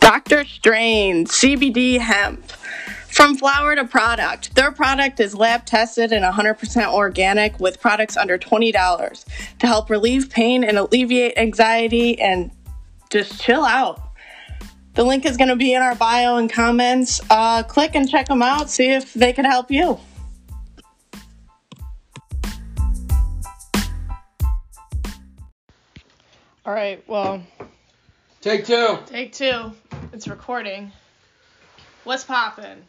Dr. Strain CBD hemp. From flower to product, their product is lab tested and 100% organic with products under $20 to help relieve pain and alleviate anxiety and just chill out. The link is going to be in our bio and comments. Uh, click and check them out, see if they can help you. All right, well, Take two. take two. It's recording. What's poppin'?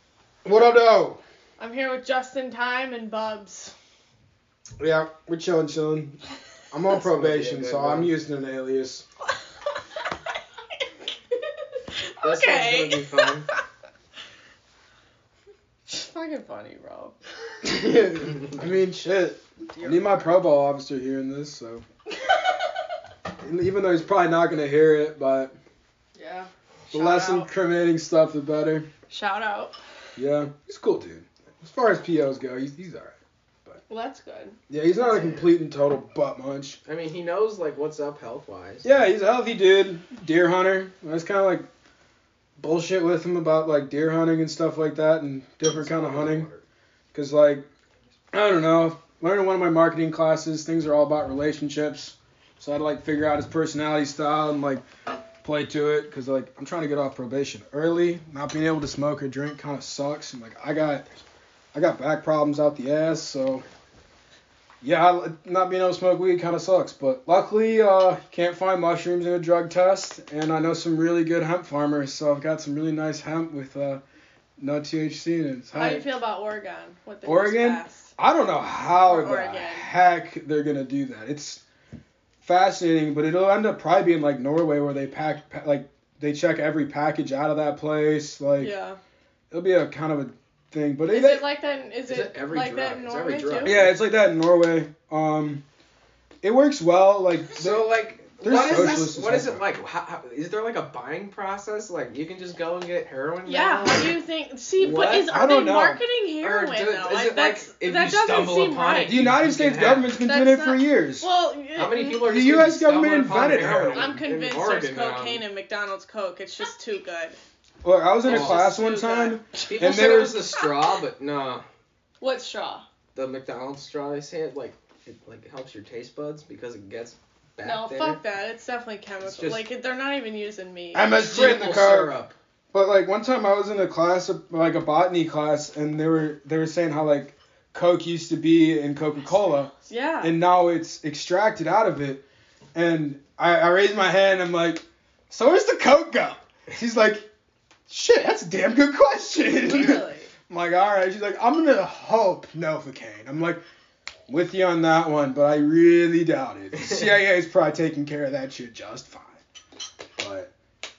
What up, though? I'm here with Justin Time and Bubs. Yeah, we're chilling, chilling. I'm on probation, so I'm using an alias. This one's okay. gonna be fun. It's fucking funny, bro. I mean, shit. I need my probal officer hearing this, so. Even though he's probably not gonna hear it, but yeah. the Shout less out. incriminating stuff, the better. Shout out. Yeah, he's a cool dude. As far as POs go, he's, he's alright. Well, that's good. Yeah, he's not a complete and total butt munch. I mean, he knows like what's up health wise. Yeah, he's a healthy dude, deer hunter. I was kind of like bullshit with him about like deer hunting and stuff like that and different kind of hunting. Cause like, I don't know. Learning one of my marketing classes, things are all about relationships. So I had to like figure out his personality style and like play to it. Cause like I'm trying to get off probation early. Not being able to smoke or drink kind of sucks. And like I got, I got back problems out the ass. So yeah, I- not being able to smoke weed kind of sucks. But luckily, uh, can't find mushrooms in a drug test. And I know some really good hemp farmers. So I've got some really nice hemp with uh, no THC in it. It's How do you hype. feel about Oregon? What they just Oregon? passed? I don't know how Or the Oregon. heck they're gonna do that. It's fascinating, but it'll end up probably being like Norway where they pack pa- like they check every package out of that place. Like yeah. it'll be a kind of a thing, but Is they- it like that? Is, Is it, it every like that in drug? It's every Norway drug. too? yeah, it's like that in Norway. Um, it works well. Like So like, They're what is socialists this? as What is hell. it like? How, how, is there like a buying process? Like you can just go and get heroin? Yeah, Now? how do you think? See, What? but is I are they don't know. marketing Or heroin do- though? is Like, it like that's, if that you doesn't stumble seem upon right. the United States Yeah. government's been doing That's it for not- years. Well, How many people are The just gonna US be stumbling government upon invented heroin. I'm in convinced Oregon there's now? cocaine in McDonald's Coke. It's just too good. Look, I was in a Oh. class one Just time. People And said there it was- was the straw, but no, What straw? the McDonald's straw. They say it like it like helps your taste buds because it gets back no, there. fuck that. It's definitely chemical. just- like they're not even using meat. I'm a in the Simple car. syrup. But like one time I was in a class, like a botany class, and they were they were saying how like Coke used to be in Coca Cola, yeah. and now it's extracted out of it. And I, I raised my hand. I'm like, so where's the Coke go? She's like, shit, that's a damn good question. Really? I'm like, all right. She's like, I'm gonna hope Novocaine. I'm like, with you on that one, but I really doubt it. The CIA is probably taking care of that shit just fine. But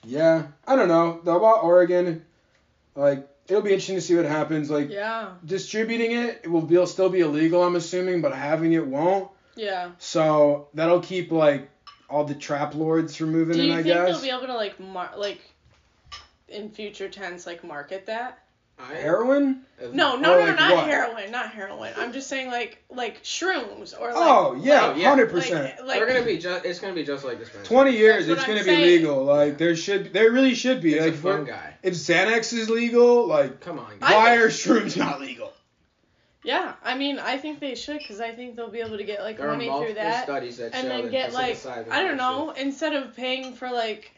yeah, I don't know. Though about Oregon, like it'll be interesting to see what happens. Like Yeah. distributing it, it will be, still be illegal, I'm assuming, but having it won't. Yeah. So that'll keep like all the trap lords from moving Do you in, I think guess. they'll be able to like mar- like in future tense like market that? I, Heroin? No, no, Or, no, like, not what? heroin, not heroin. I'm just saying like like shrooms or like oh yeah, oh, yeah. hundred like, percent. like They're gonna be just. It's gonna be just like this. man. 20 years, That's what it's gonna I'm be saying. legal. Like there should, there really should be. It's like a if fun we're- guy. if Xanax is legal, like Come on. I- why are shrooms not legal? Yeah, I mean, I think they should because I think they'll be able to get like There are money multiple through that, studies that and show then that get like psilocybin I don't works know, instead of paying for like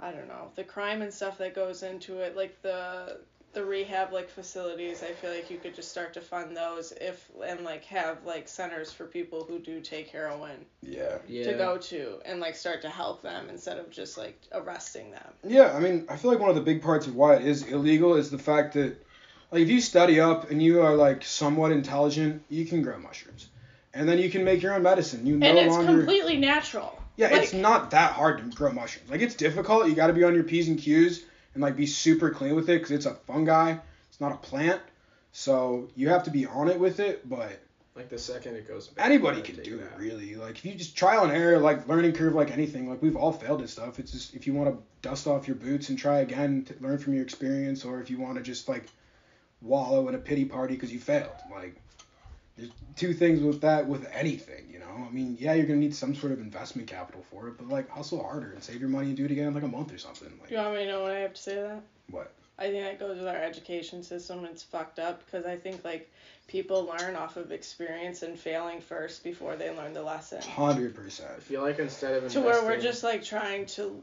I don't know the crime and stuff that goes into it, like the the rehab like facilities. I feel like you could just start to fund those if and like have like centers for people who do take heroin Yeah. with- Yeah. to go to and like start to help them instead of just like arresting them. Yeah, I mean, I feel like one of the big parts of why it is illegal is the fact that, like, if you study up and you are like somewhat intelligent, you can grow mushrooms, and then you can make your own medicine. You no and it's longer. completely natural. yeah, like- it's not that hard to grow mushrooms. Like it's difficult. You got to be on your p's and q's and like be super clean with it because it's a fungi. It's not a plant, so you have to be on it with it, but. Like the second it goes back. anybody you can gotta do take it out. really like if you just trial and error like learning curve like anything like we've all failed at stuff it's just if you want to dust off your boots and try again to learn from your experience or if you want to just like wallow in a pity party because you failed like There's two things with that with anything, you know. I mean, yeah, you're gonna need some sort of investment capital for it, but like hustle harder and save your money and do it again in like a month or something. Like Do you want me to know what I have to say to that? what? I think that goes with our education system. It's fucked up because I think like people learn off of experience and failing first before they learn the lesson. Hundred percent. I feel like instead of To investing, where we're just like trying to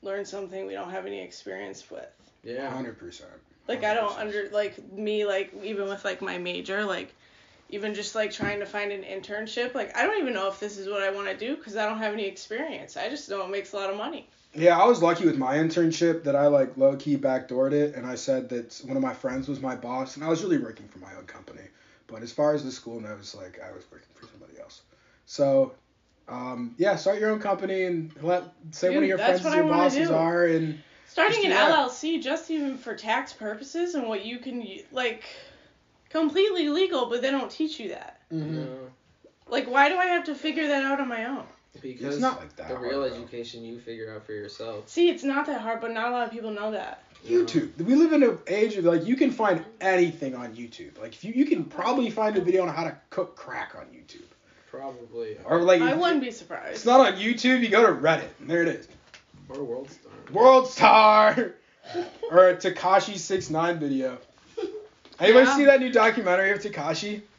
learn something we don't have any experience with. yeah, Hundred percent. Like I don't under like me like even with like my major like even just like trying to find an internship like I don't even know if this is what I want to do because I don't have any experience. I just know it makes a lot of money. Yeah, I was lucky with my internship that I like low key backdoored it, and I said that one of my friends was my boss, and I was really working for my own company. But as far as the school knows, like I was working for somebody else. So, um, yeah, start your own company and let say one of Dude, your that's friends what is your I wanna bosses do. are, and Just Starting do an that. LLC just even for tax purposes and what you can u- like completely legal, but they don't teach you that. Mm. No, Like why do I have to figure that out on my own? because it's not like that. the real hard, though. education you figure out for yourself. See, it's not that hard, but not a lot of people know that. YouTube. We live in an age of like you can find anything on YouTube. Like if you you can probably find a video on how to cook crack on YouTube, Probably. or like I if wouldn't be it's surprised. not on YouTube. You go to Reddit, and there it is. Or World Star. World Star or a Takashi six nine video. Anybody Yeah. see that new documentary of Takashi?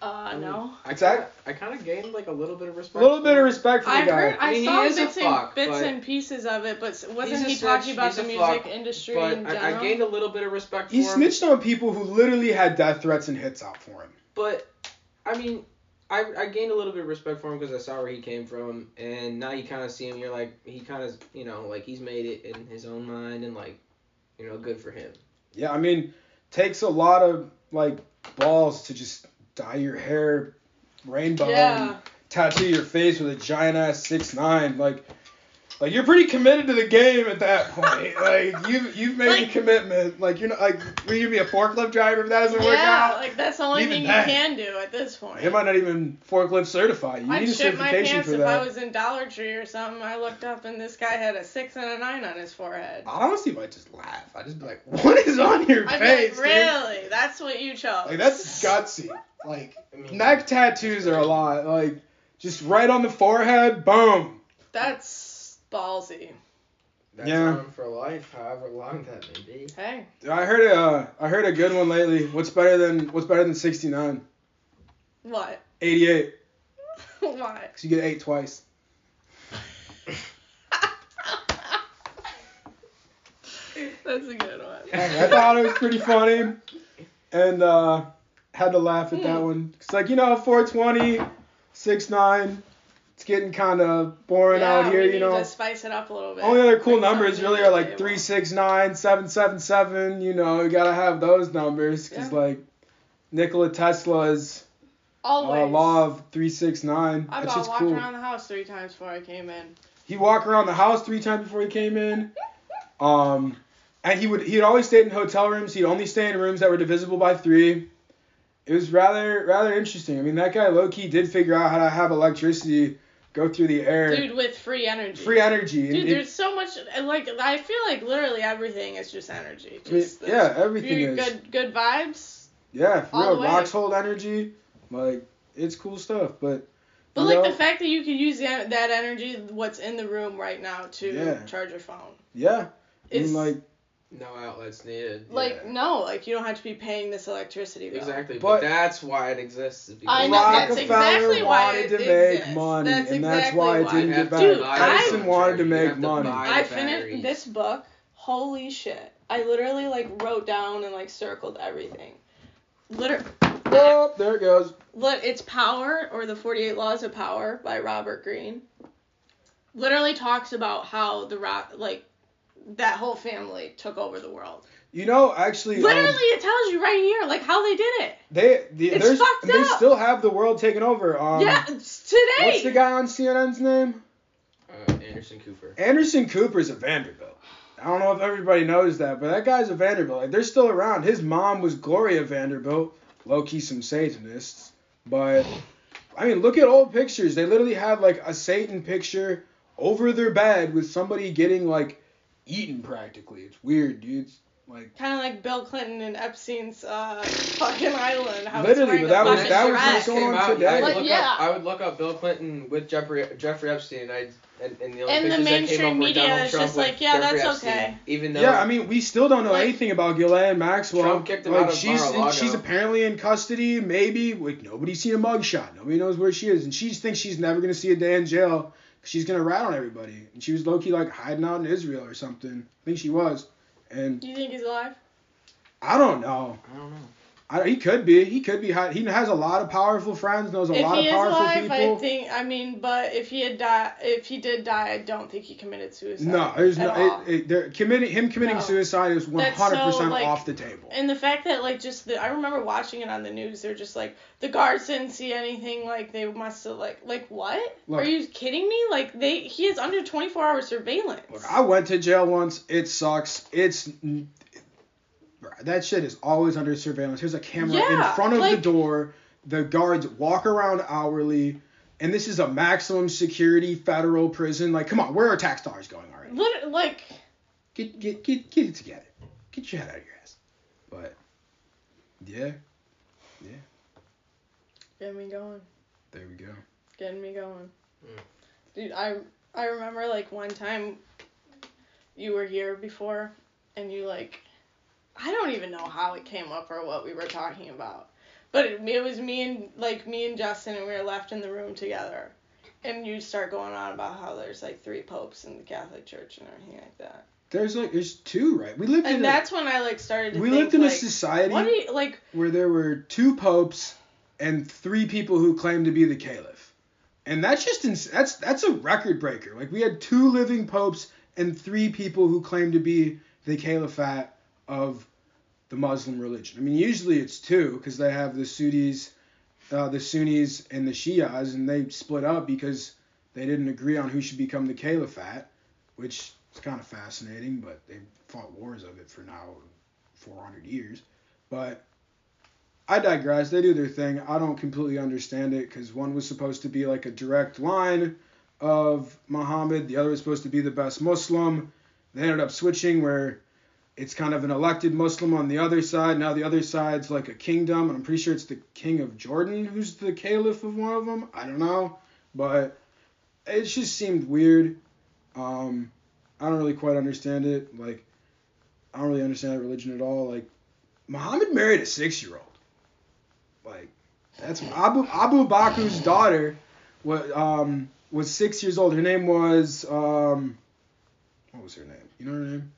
Uh no. I Zach? kinda, I kind of gained like a little bit of A respect. little bit for of him. respect for the I guy. heard I I mean, saw he is a bits, and, fuck, bits but- and pieces of it, but s- He's wasn't a he snitch, talking about he's the a music fuck, industry in But I, general? I gained a little bit of respect he for him. snitched on people who literally had death threats and hits out for him. But I mean, I, I gained a little bit of respect for him because I saw where he came from, and now you kind of see him. You're like, he kind of, you know, like he's made it in his own mind, and like, you know, good for him. Yeah, I mean, takes a lot of like balls to just dye your hair rainbow Yeah. and tattoo your face with a giant ass six nine. Like, like you're pretty committed to the game at that point. like you you've made a Like- commitment. Like you're not like will you be a forklift driver if that doesn't work yeah, out? like that's the only Even thing that. you can do at this point. It might not even forklift certified. You need I'd a shit my certification pants for if that. I was in Dollar Tree or something. I looked up and this guy had a six and a nine on his forehead. I honestly might just laugh. I'd just be like, "What is on your I'd be face?" like, dude?" really? That's what you chose? Like that's gutsy. Like I mean, neck tattoos are a lot. Like just right on the forehead, boom. That's ballsy. that's Yeah. on for life, however long that may be. Hey, Dude, I heard a, uh, I heard a good one lately. What's better than what's better than 69? what? 88. what? Cause you get eight twice. That's a good one. Hey, I thought it was pretty funny, and uh, had to laugh at that Hmm. one. It's like you know, 420, 69. It's getting kind of boring yeah, out here, we you need know. to spice it up a little bit. Only other cool Bring something numbers new really to are the like table. three, six, nine, seven, seven, seven. You know, you gotta have those numbers because Yeah. like Nikola Tesla's uh, Always. law of three, six, nine. I That about shit's walked cool. around the house three times before I came in. He walked around the house three times before he came in. Um, and he would he'd always stayed in hotel rooms. He'd only stay in rooms that were divisible by three. It was rather rather interesting. I mean, that guy low key did figure out how to have electricity go through the air, Dude, with free energy. free energy. and Dude, it- there's so much. Like, I feel like literally everything is just energy. I mean, Just this- yeah, everything Your is. good good vibes. Yeah, for All real. the way. Rocks hold energy. Like, it's cool stuff. But, But you like know, the fact that you could use that, that energy, what's in the room right now to Yeah. charge your phone. yeah. I It's mean, like, No outlets needed. like no, like you don't have to be paying this electricity bill. Exactly, But- but, that's why it exists. is because I know that's Rockefeller exactly why wanted it to exists. make money, That's and that's exactly why it why. didn't You get have to back. Dude, buy I- the Edison wanted to charger, you make have money. buy the I finished batteries. this book. Holy shit! I literally like wrote down and like circled everything. Liter- Oh, there it goes. Lit- it's Power or the 48 Laws of Power by Robert Greene. Literally talks about how the rock like that whole family took over the world. You know, actually, um, Literally, it tells you right here like how they did it. they the, It's there's, fucked they up. still have the world taken over. Um, yeah, it's today. What's the guy on CNN's name? Uh, Anderson Cooper. Anderson Cooper's a Vanderbilt. I don't know if everybody knows that, but that guy's a Vanderbilt. Like, they're still around. His mom was Gloria Vanderbilt, low key some Satanists. But, I mean, look at old pictures. They literally had, like, a Satan picture over their bed with somebody getting, like, eaten practically. It's weird, dude. It's Like Kind of like Bill Clinton and Epstein's uh, fucking island. How it's Literally, but wearing a that was- fucking that was dress. what's going on Came out, today. I would, Like, look yeah. up, I would look up Bill Clinton with Jeffrey Jeffrey Epstein. I and, and the only And the pictures that came mainstream up were media Donald is Trump just with like, yeah, Jeffrey that's Epstein, okay. Even though Yeah, I mean, we still don't know Like- anything about Ghislaine Maxwell. Trump kicked him like out of she's Mar-a-Lago. she's apparently in custody. Maybe like nobody's seen a mugshot. Nobody knows where she is, and she thinks she's never gonna see a day in jail. 'cause She's gonna rat on everybody, and she was low key like hiding out in Israel or something. I think she was, and Do you think he's alive? I don't know. I don't know. I, he could be. He could be. hot. He has a lot of powerful friends. Knows a if lot he of is powerful alive, people. I think. I mean, but if he had died, if he did die, I don't think he committed suicide. no, there's at no. all. It, it, there, committing him committing No. suicide is 100% That's so, like- off the table. And the fact that like just the I remember watching it on the news, they're just like the guards didn't see anything, like they must have like like what? Look. Are you kidding me? Like they he is under twenty four hour surveillance. Look, I went to jail once. It sucks. It's bruh, that shit is always under surveillance. There's a camera in Yeah, front of the like- door. The guards walk around hourly, and this is a maximum security federal prison. Like, come on, where are tax dollars going already? Lit- like Get get get get it together. Get your head out of your ass. But yeah, get me going. there we go. Getting me going. Mm. Dude, I I remember like one time you were here before and you like I don't even know how it came up or what we were talking about. But it, it was me and like me and Justin and we were left in the room together. And you start going on about how there's like three popes in the Catholic Church and everything like that. There's like there's two right. We lived in And a- that's when I like started to we think, lived in a like, society what do you like where there were two popes and three people who claimed to be the caliph. And that's just ins- that's that's a record breaker. Like we had two living popes and three people who claimed to be the caliphate of the Muslim religion. I mean, usually it's two because they have the Sunnis, uh, the Sunnis and the Shias, and they split up because they didn't agree on who should become the caliphate, which is kind of fascinating. But they fought wars of it for now 400 years. But I digress. They do their thing. I don't completely understand it because one was supposed to be like a direct line of Muhammad, the other was supposed to be the best Muslim. They ended up switching where it's kind of an elected Muslim on the other side. Now the other side's like a kingdom, and I'm pretty sure it's the king of Jordan who's the caliph of one of them. I don't know, but it just seemed weird. Um, I don't really quite understand it. Like, I don't really understand that religion at all. Like, Muhammad married a six-year-old. Like, that's Abu Abu Baku's daughter. What um was six years old. Her name was um, what was her name? You know her name?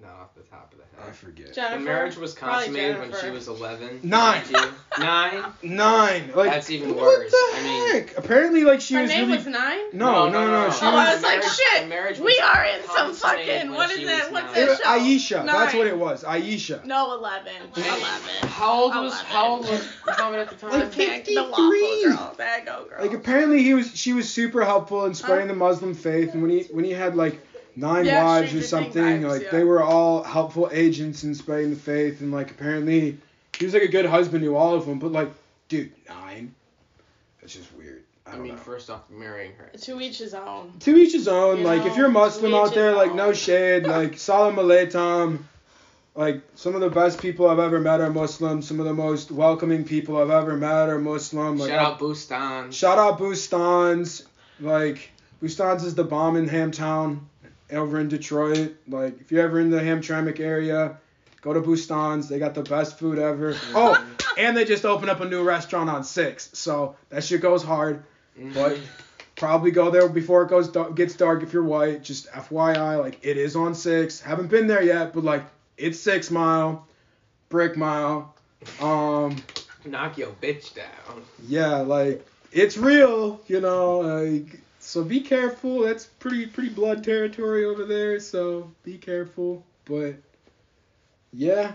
Not off the top of the I head. forget. Jennifer The marriage was Probably consummated when she Jennifer. was 11. Nine. Thank you. Nine. Nine. Like That's even what worse. the I mean- heck? Apparently, like she her was name really. was nine? no, no, no, no. She Oh, was. I was like, The shit, the marriage we was are in some consummated fucking- when what is she that- was what's it nine. was that show? Aisha. That's Nine. what it was. Aisha. No, 11. 11. How old was Eleven. how old was Muhammad at the time? Like, Bag- 53. the waffle girl. Bag go girl. Like apparently he was. She was super helpful in spreading Oh. Huh? the Muslim faith. And when he when he had like nine Yeah, wives or Stranger Things something, vibes, like yeah. they were all helpful agents in spreading the faith. And like apparently he was like a good husband to all of them. But like, dude, nine. That's just weird. I, I don't mean, know. first off, marrying her. to each his own. to each his own. You like know, if you're a to Muslim each out his there, like no own. shade, like salam alaikum. Like some of the best people I've ever met are Muslim. Some of the most welcoming people I've ever met are Muslim. Like, Shout out Bustan. Shout out Bustans. Like Bustans is the bomb in Hamtown, over in Detroit. Like if you're ever in the Hamtramck area, go to Bustans. They got the best food ever. Oh, and they just opened up a new restaurant on Six, so that shit goes hard. Mhm. But probably go there before it goes dar- gets dark if you're white. Just FYI, like it is on Six. Haven't been there yet, but like it's Six Mile, Brick Mile. Um. knock your bitch down. Yeah, like it's real, you know. Like so, be careful. That's pretty pretty blood territory over there, so be careful. But yeah,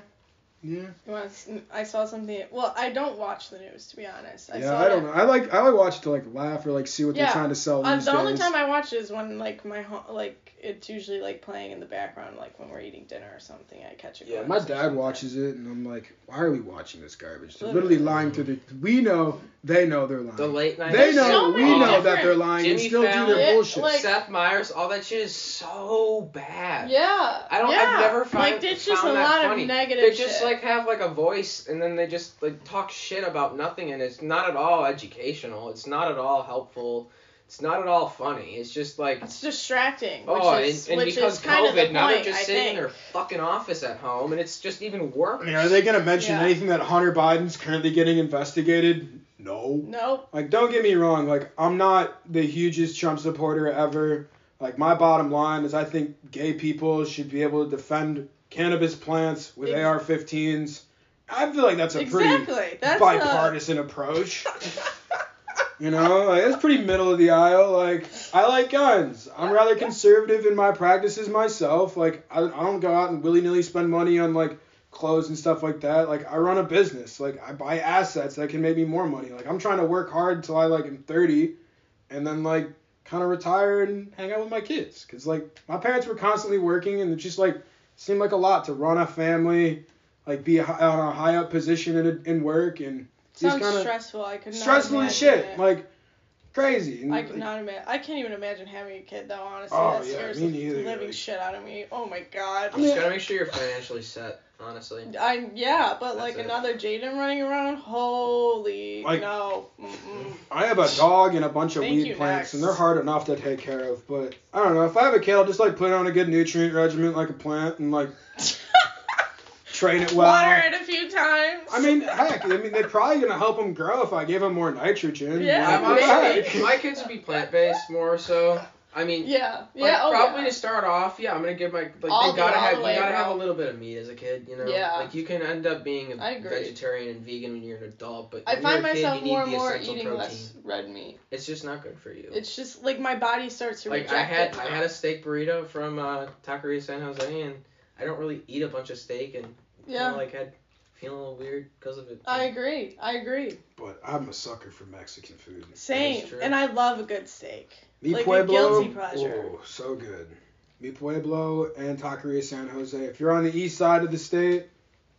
Yeah. You want s- I saw something. Well, I don't watch the news to be honest. I yeah, saw I don't it- know. I like I like watch to like laugh or like see what Yeah. they're trying to sell Uh, these the days. only time I watch it is when like my home, like it's usually like playing in the background, like when we're eating dinner or something. I catch a Yeah, glimpse My or dad something. watches it, and I'm like, why are we watching this garbage? They're Literally. literally lying through the. We know, they know they're lying. The late night. they There's know, so we many know that different- they're lying and Jimmy still do Fallon, their bullshit. like- Seth Meyers, all that shit is so bad. Yeah. I don't. Yeah. I've never found, like it's found just a that lot funny. of negative. They just shit. like have like a voice, and then they just like talk shit about nothing, and it's not at all educational. It's not at all helpful. It's not at all funny. It's just like it's distracting. Which oh, is, and, and which because is kind of the COVID, point. now they're just I sitting think. in their fucking office at home, and it's just even worse. I mean, are they gonna mention Yeah. anything that Hunter Biden's currently getting investigated? No. Nope. Like, don't get me wrong. Like, I'm not the hugest Trump supporter ever. Like, my bottom line is I think gay people should be able to defend cannabis plants with Ex- AR-15s. I feel like that's a pretty Exactly. That's uh, a- bipartisan approach. You know, like that's pretty middle of the aisle. Like I like guns. I'm rather conservative in my practices myself. Like I, I don't go out and willy nilly spend money on like clothes and stuff like that. Like I run a business. Like I buy assets that can make me more money. Like I'm trying to work hard till I like am 30, and then like kind of retire and hang out with my kids. Cause like my parents were constantly working and it just like seemed like a lot to run a family, like be a, hi- on a high up position in in work and Sounds kinda- stressful. I could not stressful as imagine shit. it. Like crazy. And, I could not imagine. I can't even imagine having a kid though. Honestly, Oh, that yeah, scares me the neither, living like- shit out of me. Oh my god. I You mean, just gotta make sure you're financially set, honestly. I yeah, but like That's it. another Jaden running around. Holy Like- no. Mm-mm. I have a dog and a bunch of Thank weed you, plants, Max. and they're hard enough to take care of. But I don't know. If I have a kid, I'll just like put it on a good nutrient regimen, like a plant, and like train it well. Water it a few times. I mean, heck, I mean, they're probably gonna help them grow if I give them more nitrogen. Yeah, Like, what the my, maybe. heck? my kids would be plant based more so. I mean, yeah, yeah, Like, oh, probably yeah. to start off, yeah, I'm gonna give my like they All the- gotta all have the you way gotta have a around. little bit of meat as a kid, you know. Yeah. Like you can end up being I a agree. vegetarian and vegan when you're an adult, but I when you're find a kid, myself you need more and the more essential eating protein. less red meat. It's just not good for you. It's just like my body starts to like I reject had it. I had a steak burrito from uh, Taqueria San Jose, and I don't really eat a bunch of steak, and yeah, kinda, like had feeling a little weird because of it. I agree. I agree. But I'm a sucker for Mexican food. Same. true. And I love a good steak. Mi Like a Pueblo, guilty pleasure. Oh, so good. Mi Pueblo and Taqueria San Jose. If you're on the east side of the state,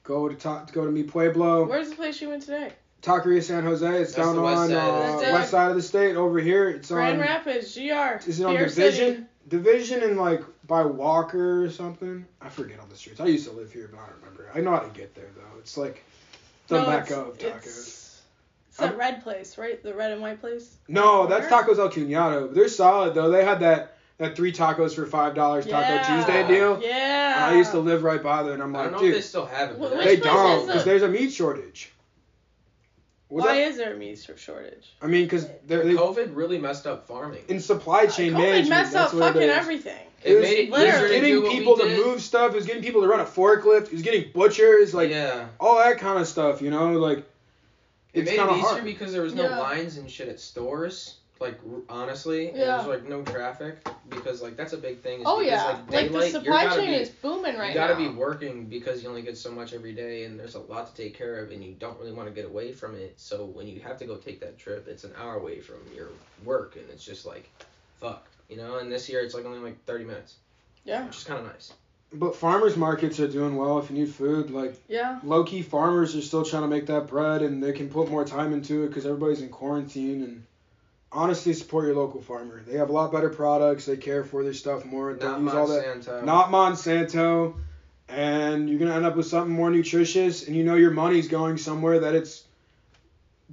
go to ta- go to Mi Pueblo. Where's the place you went today? Taqueria San Jose. It's That's down the west on side of the uh, state. west side of the state over here. It's Grand on Rapids, GR. is it on Beer Division? City. Division and like by Walker or something. I forget all the streets. I used to live here, but I don't remember. I know how to get there though. It's like the No, it's- mecca of tacos. It's, it's that I'm- red place, right? The red and white place. No, that's Where? Tacos El Cunado. They're solid though. They had that that three tacos for five dollars Taco Yeah. Tuesday deal. Yeah. And I used to live right by there, and I'm I like, don't know if dude, they still have it. Wh- But which they place don't, is because it? there's a meat shortage. Was Why that- is there a meat sh- shortage? I mean, because they're they, COVID really messed up farming. in supply chain Uh, COVID management. messed that's up what it fucking is. everything. It made it literally easier to do getting what we people to did. move stuff. It was getting people to run a forklift. It was getting butchers, like yeah. all that kind of stuff. You know, like It it's made it kind of easier hard. because there was no Yeah. lines and shit at stores. Like r- honestly, and Yeah. there's like no traffic because like that's a big thing. Is Oh because, yeah, like, like, daylight, the you're supply gotta chain be, is booming right You gotta now. be working because you only get so much every day, and there's a lot to take care of, and you don't really want to get away from it. So when you have to go take that trip, it's an hour away from your work, and it's just like, fuck, you know. And this year it's like only like 30 minutes, yeah, which is kind of nice. But farmers markets are doing well if you need food. Like yeah, low key, farmers are still trying to make that bread, and they can put more time into it because everybody's in quarantine. And honestly, support your local farmer. They have a lot better products. They care for their stuff more. They Not use all that. Monsanto. Not Monsanto. And you're gonna end up with something more nutritious, and you know your money's going somewhere that it's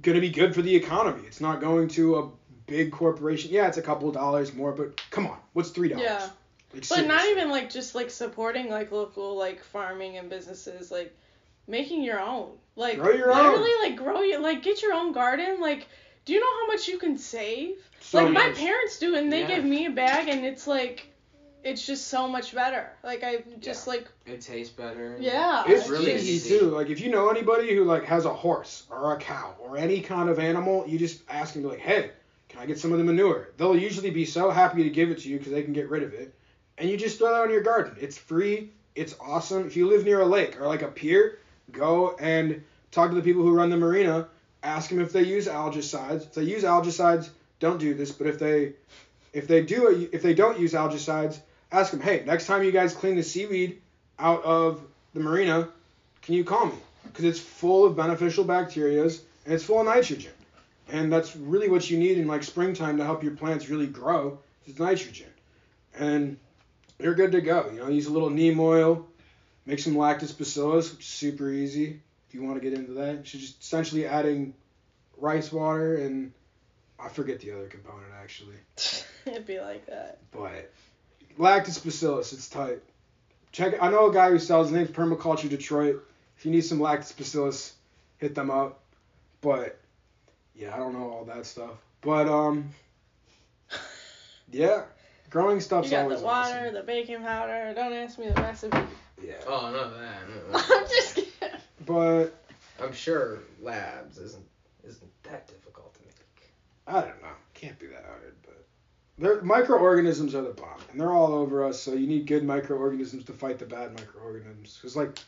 gonna be good for the economy. It's not going to a big corporation. Yeah, it's a couple of dollars more, but come on, what's three dollars? yeah. Like, But not seriously. even like just like supporting like local like farming and businesses like making your own like Grow your own. literally like grow your like get your own garden like do you know how much you can save So like my much. parents do and they Yeah. give me a bag and it's like it's just so much better like I just like It tastes better. yeah It's It's really really easy easy. too. Like if you know anybody who like has a horse or a cow or any kind of animal, you just ask them like, "Hey, can I get some of the manure?" They'll usually be so happy to give it to you because they can get rid of it, and you just throw that on your garden. It's free. It's awesome. If you live near a lake or like a pier, Go and talk to the people who run the marina. Ask them if they use algicides. If they use algicides, don't do this. But if they if they do if they don't use algicides, ask them. Hey, next time you guys clean the seaweed out of the marina, can you call me? Because it's full of beneficial bacterias and it's full of nitrogen. And that's really what you need in like springtime to help your plants really grow is nitrogen. And you're good to go. You know, use a little neem oil, make some lactis bacillus, which is super easy. If you want to get into that, you should just essentially adding rice water and I forget the other component actually, It'd be like that. but lactis bacillus, it's tight. Check. I know a guy who sells. His name's Permaculture Detroit. If you need some lactis bacillus, hit them up. But yeah, I don't know all that stuff. But um, yeah, growing You stuff's got the always water, awesome. the baking powder. Don't ask me the recipe. Yeah. Oh, no, that. no, I'm that. just kidding. But I'm sure labs isn't isn't that difficult to make. I don't know. Can't be that hard, but they're, microorganisms are the bomb, and they're all over us. So you need good microorganisms to fight the bad microorganisms. Because like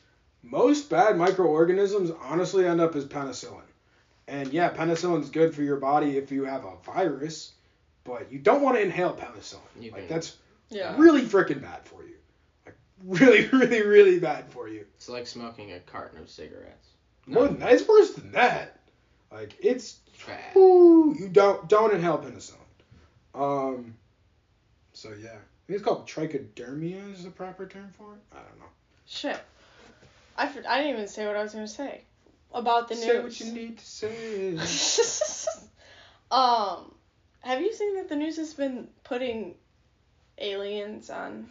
most bad microorganisms, honestly, end up as penicillin. And yeah, penicillin's good for your body if you have a virus, but you don't want to inhale penicillin. You like can- that's Yeah. really freaking bad for you. Like really, really, really bad for you. It's like smoking a carton of cigarettes. More than that, it's worse than that. Like it's Bad. Ooh, you don't don't inhale penicillin. Um, so yeah, I think it's called trichodermia is the proper term for it. I don't know. Shit. I, for- I didn't even say what I was gonna say about the say news. what you need to say. um, have you seen that the news has been putting aliens on?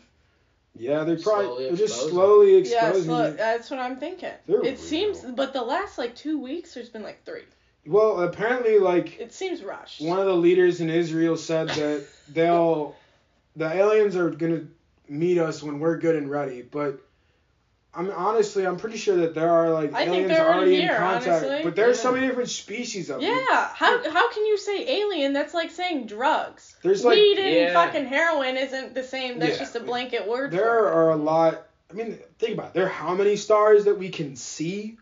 yeah, they probably Slowly they're just exposing. slowly Yeah, exposing. so it. that's what I'm thinking. They're it weird. seems, but the last like two weeks, there's been like three. Well, apparently, like It seems rushed. one of the leaders in Israel said that they'll the aliens are gonna meet us when we're good and ready, but. I'm honestly, I'm pretty sure that there are like I think aliens they're already already here, in contact, honestly. but there's so Yeah. many different species of them. Yeah, how how can you say alien? That's like saying drugs. There's like Weed and Yeah. fucking heroin isn't the same. That's Yeah. just a blanket word. There for it. are a lot. I mean, think about it. There are how many stars that we can see,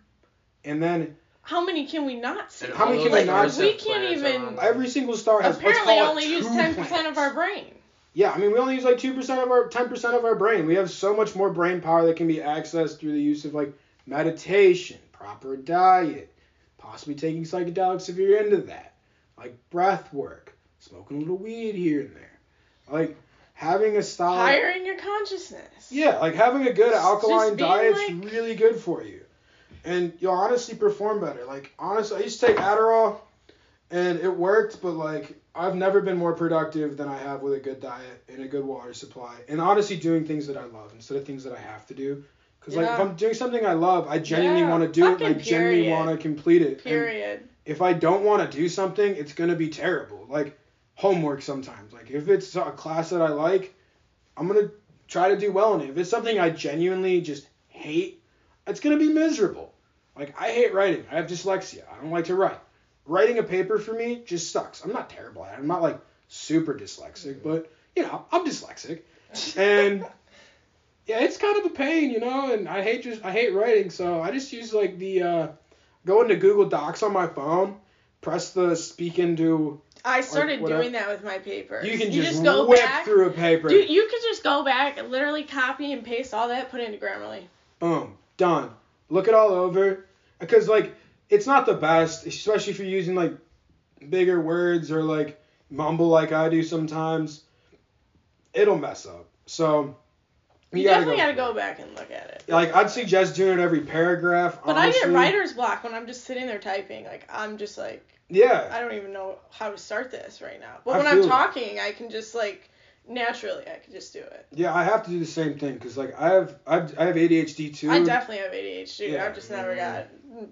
and then How many can we not see? And How many all can those we not- percent We can't planets even- on- every single star has let's Apparently, I call it only use two ten percent planets. of our brain. Yeah, I mean, we only use like two percent of our ten percent of our brain. We have so much more brain power that can be accessed through the use of like meditation, proper diet, possibly taking psychedelics if you're into that, like breath work, smoking a little weed here and there, like having a solid. Hiring your consciousness. Uh, Yeah, like having a good Just alkaline being, diet's like- really good for you. And you'll honestly perform better. Like honestly, I used to take Adderall and it worked, but like I've never been more productive than I have with a good diet and a good water supply. And honestly doing things that I love instead of things that I have to do. Cuz like if Yeah. I'm doing something I love, I genuinely Yeah, want to do it and I fucking genuinely period. want to complete it. And Period. if I don't want to do something, it's gonna be terrible. Like homework sometimes. Like if it's a class that I like, I'm gonna try to do well in it. If it's something I genuinely just hate, it's gonna be miserable. Like I hate writing. I have dyslexia. I don't like to write. Writing a paper for me just sucks. I'm not terrible at it. I'm not like super dyslexic, but you know, I'm dyslexic. And yeah, it's kind of a pain, you know, and I hate just I hate writing, so I just use like the uh go into Google Docs on my phone, press the speak into I started what doing that with my papers. you can you just, go whip back. through a paper. You, you could just go back, and literally copy and paste all that, put it into Grammarly. Boom, done. Look it all over. Because, like, it's not the best, especially if you're using, like, bigger words or, like, mumble like I do sometimes. It'll mess up. So, You, definitely gotta go back and look at it. Like, I'd suggest doing it every paragraph. But I honestly. get writer's block when I'm just sitting there typing. Like I'm just like Yeah. I don't even know how to start this right now. But I when feel I'm that. talking, I can just like naturally I can just do it. Yeah, I have to do the same thing. Because, like, I have, I've, I have ADHD too. I definitely have ADHD. Yeah. I've just never got. Mm-hmm.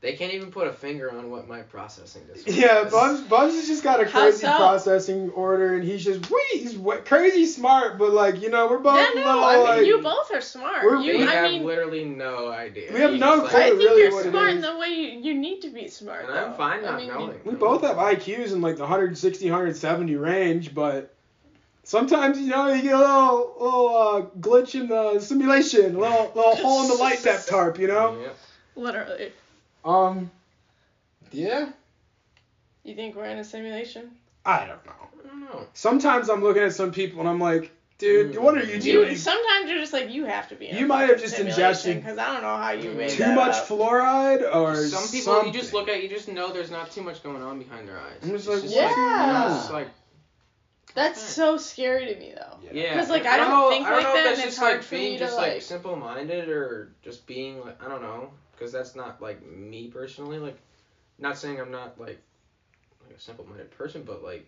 They can't even put a finger on what my processing disorder Yeah, is. Bums, Bums has just got a How crazy so? processing order, and he's just, wait, he's wa- crazy smart, but like, you know, we're both Yeah, a no, little, I mean like, you both are smart. We're- They You, I have mean, literally no idea. We have It's no just clue, I think really you're what it smart in is. the way you, you need to be smart. And I'm though. fine not I mean, knowing. we both have IQs in like the 160, 170 range, but sometimes, you know, you get a little, little uh, glitch in the simulation, a little, little hole in the light depth tarp, you know? Yep. Literally. Um, yeah, You think we're in a simulation? I don't know. I don't know. Sometimes I'm looking at some people and I'm like, dude, what are you You, doing? sometimes you're just like you have to be. In You might have just ingested because I don't know how you made Too that much up. fluoride or Some people something. you just look at, you just know there's not too much going on behind their eyes. I'm just It's like, just what? you know, Yeah. it's like, That's so scary to me though. yeah. 'Cause, like, I don't know, think I don't like know that, if and that's it's just hard like for me being to, just like, like- simple-minded or just being like I don't know, because that's not like me personally. Like, not saying I'm not like like a simple-minded person, but like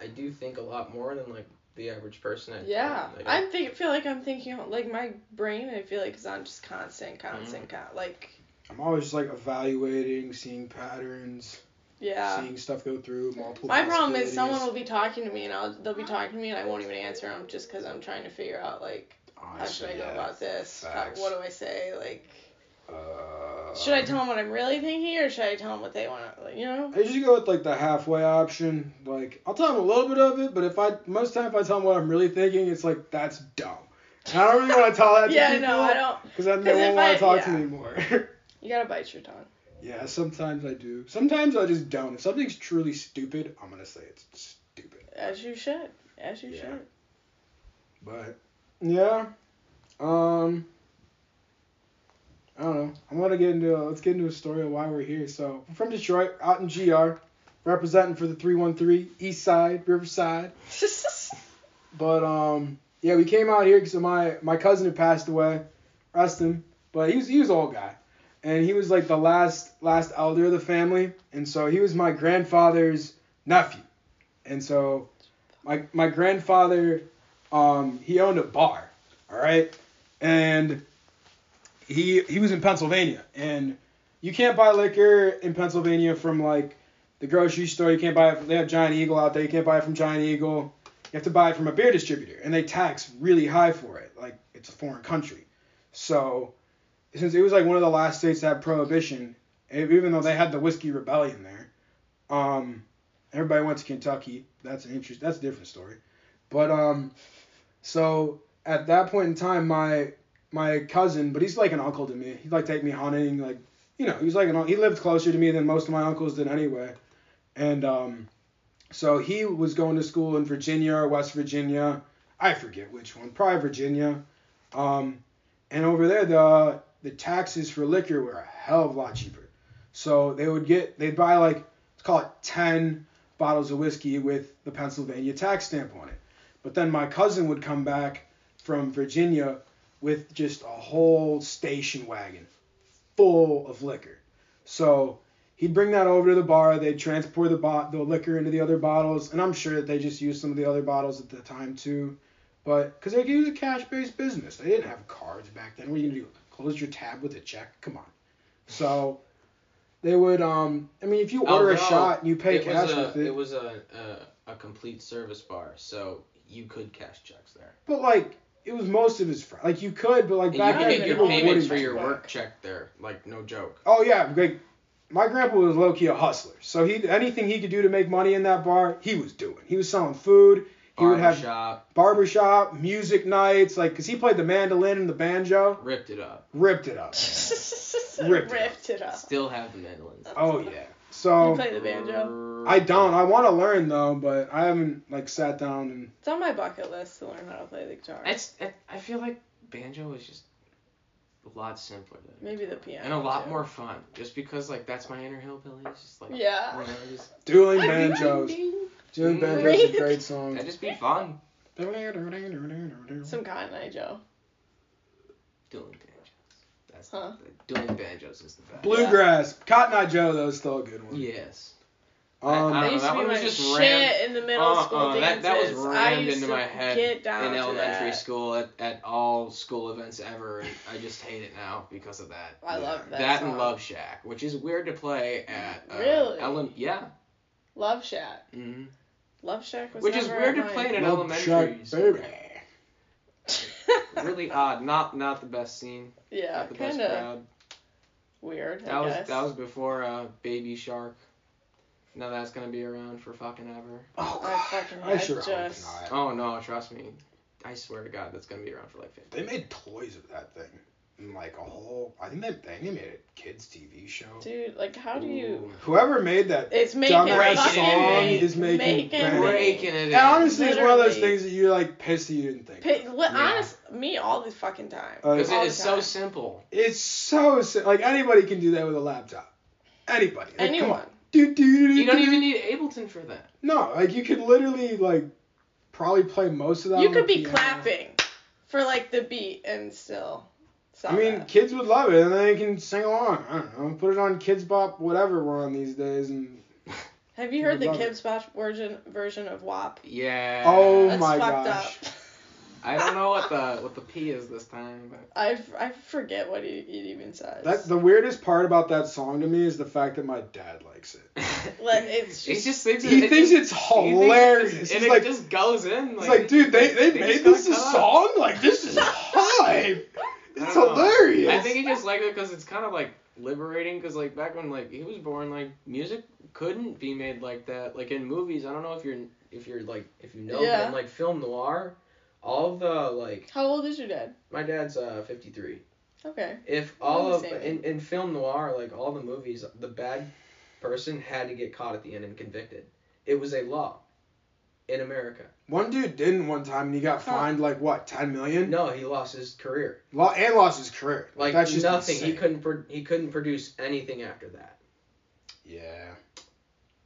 I do think a lot more than like the average person. I- Yeah, like, I think feel like I'm thinking like my brain. I feel like is on just constant, constant, con- like I'm always like evaluating, seeing patterns, yeah. seeing stuff go through multiple. My problem is someone will possibilities. be talking to me and I'll they'll be talking to me and I won't even answer them just because I'm trying to figure out like how should Honestly, I go yeah. about this? How, Oh, Facts. what do I say? Like Uh, should I tell them what I'm really thinking or should I tell them what they want? to You know? I usually go with like the halfway option. Like I'll tell them a little bit of it, but if I most time if I tell them what I'm really thinking, it's like that's dumb. And I don't really want to tell that. yeah, to people no, I don't. Because then 'Cause they if won't want I- to talk to yeah. me anymore. You gotta bite your tongue. yeah, sometimes I do. Sometimes I just don't. If something's truly stupid, I'm gonna say it's stupid. As you should. As you Yeah. should. But yeah, um, I don't know. I'm gonna get into let's get into a story of why we're here. So we're from Detroit, out in GR, representing for the 313 East Side, Riverside. But um, yeah, we came out here because my my cousin had passed away, rest him. But he was he was an old guy, and he was like the last last elder of the family, and so he was my grandfather's nephew, and so my my grandfather, um, he owned a bar, all right, and he he was in Pennsylvania, and you can't buy liquor in Pennsylvania from like the grocery store. You can't buy it. From, they have Giant Eagle out there. You can't buy it from Giant Eagle. You have to buy it from a beer distributor, and they tax really high for it. Like it's a foreign country. So, since it was like one of the last states that had prohibition, e- even though they had the whiskey rebellion there, um, everybody went to Kentucky. That's an interest. That's a different story. But um, so at that point in time, my my cousin, but he's like an uncle to me. He'd like take me hunting, like you know, he's like an un- he lived closer to me than most of my uncles did anyway, and um. So he was going to school in Virginia or West Virginia. I forget which one, probably Virginia. Um, and over there, the the taxes for liquor were a hell of a lot cheaper. So they would get, they'd buy like, let's call it 10 bottles of whiskey with the Pennsylvania tax stamp on it. But then my cousin would come back from Virginia with just a whole station wagon full of liquor. So he'd bring that over to the bar. They'd transport the bot the liquor into the other bottles, and I'm sure that they just used some of the other bottles at the time too. But because they was a cash-based business, they didn't have cards back then. What are you gonna do? Close your tab with a check? Come on. So they would. Um, I mean, if you order a Although, shot and you pay Oh, it was cash a- with it, It was a, a a complete service bar, so you could cash checks there. but like it was most of his friends. Like you could, but like And back you then can then make people your payments wouldn't for do your that. work check there, like no joke. Oh yeah, like my grandpa was low key a hustler. So he anything he could do to make money in that bar, he was doing. He was selling food. He would have Barbershop barbershop, music nights, like because he played the mandolin and the banjo, ripped it up. ripped it up. Ripped it up. Ripped it up. Still have the mandolins. Oh yeah. You So play the banjo. I don't. I want to learn though, but I haven't like sat down and It's on my bucket list to learn how to play the guitar. It's. It, I feel like banjo is just a lot simpler than, Maybe the piano. and a lot too. more fun. Just because like that's my inner hillbilly. It's just like Yeah. you know, just, dueling banjos. Dueling Mm. banjos is a Great. great song. that just be fun Some kind of Joe. doing banjos. That's Huh. doing banjos is the best. Bluegrass, Cotton Eye Joe though is still a good one. Yes. Um, I That don't know, used that to be one my was just shit rammed- in the middle Uh-uh, school that, dances. that was I rammed used into to my head get down in to elementary that. school at, at all school events ever. And I just hate it now because of that. I love that. that song. and Love Shack, which is weird to play at. Uh, Really? ele- yeah. Love Shack. hmm Love Shack was Which is never weird at to mine. play in an Love elementary. Shack, school. baby. really odd. Not not the best scene. yeah, not the best kind of crowd. weird. I That was guess. that was before uh, Baby Shark. Now that's gonna be around for fucking ever. Oh, I God, fucking I had sure hope just- not. Oh no, trust me. I swear to God, that's gonna be around for like 50. They made toys of that thing. and like a whole. I think they, I think they made a kids TV show. Dude, like how do you? Whoever made that It's making dumbass fucking song me- is making Ooh, bank. me. breaking it in. And honestly, it's one of those Literally. things that you're like pissed that you didn't think. Pi- li- Yeah. Honest, me all the fucking time. Uh, because All it the is so time. simple. It's so si- like anybody can do that with a laptop. Anybody. Like, Come Anyone. on. Do, do, do, do, You don't do. even need Ableton for that. No, like you could literally like probably play most of that. You on could the be piano. clapping for like the beat and still. I mean, kids would love it, and they can sing along. I don't know. Put it on Kids Bop, whatever we're on these days, and have you heard the love it. Kids Bop version version of WAP? Yeah. Oh That's my fucked gosh. up. I don't know what the what the P is this time, but I, f- I forget what it, it even says. that the weirdest part about that song to me is the fact that my dad likes it. Like, it's he just just thinks He it, thinks it, it's hilarious. He's Just, and it like, just goes in. he's like, dude, they, they, made just this a got song. caught. Like this is hype. I It's don't know. hilarious. I think he just liked it because it's kind of like liberating. Because like back when like he was born, like music couldn't be made like that. Like in movies, I don't know if you're if you're like if you know, Yeah. but in like film noir, all the like how old is your dad? my dad's uh 53. Okay. If We're on all the of same in, in film noir, like all the movies, the bad person had to get caught at the end and convicted. It was a law in America. One dude didn't one time, and he got Huh. fined like what, ten million? No, he lost his career. Lo- and lost his career. Like that's just nothing. He insane. couldn't pro- he couldn't produce anything after that. Yeah,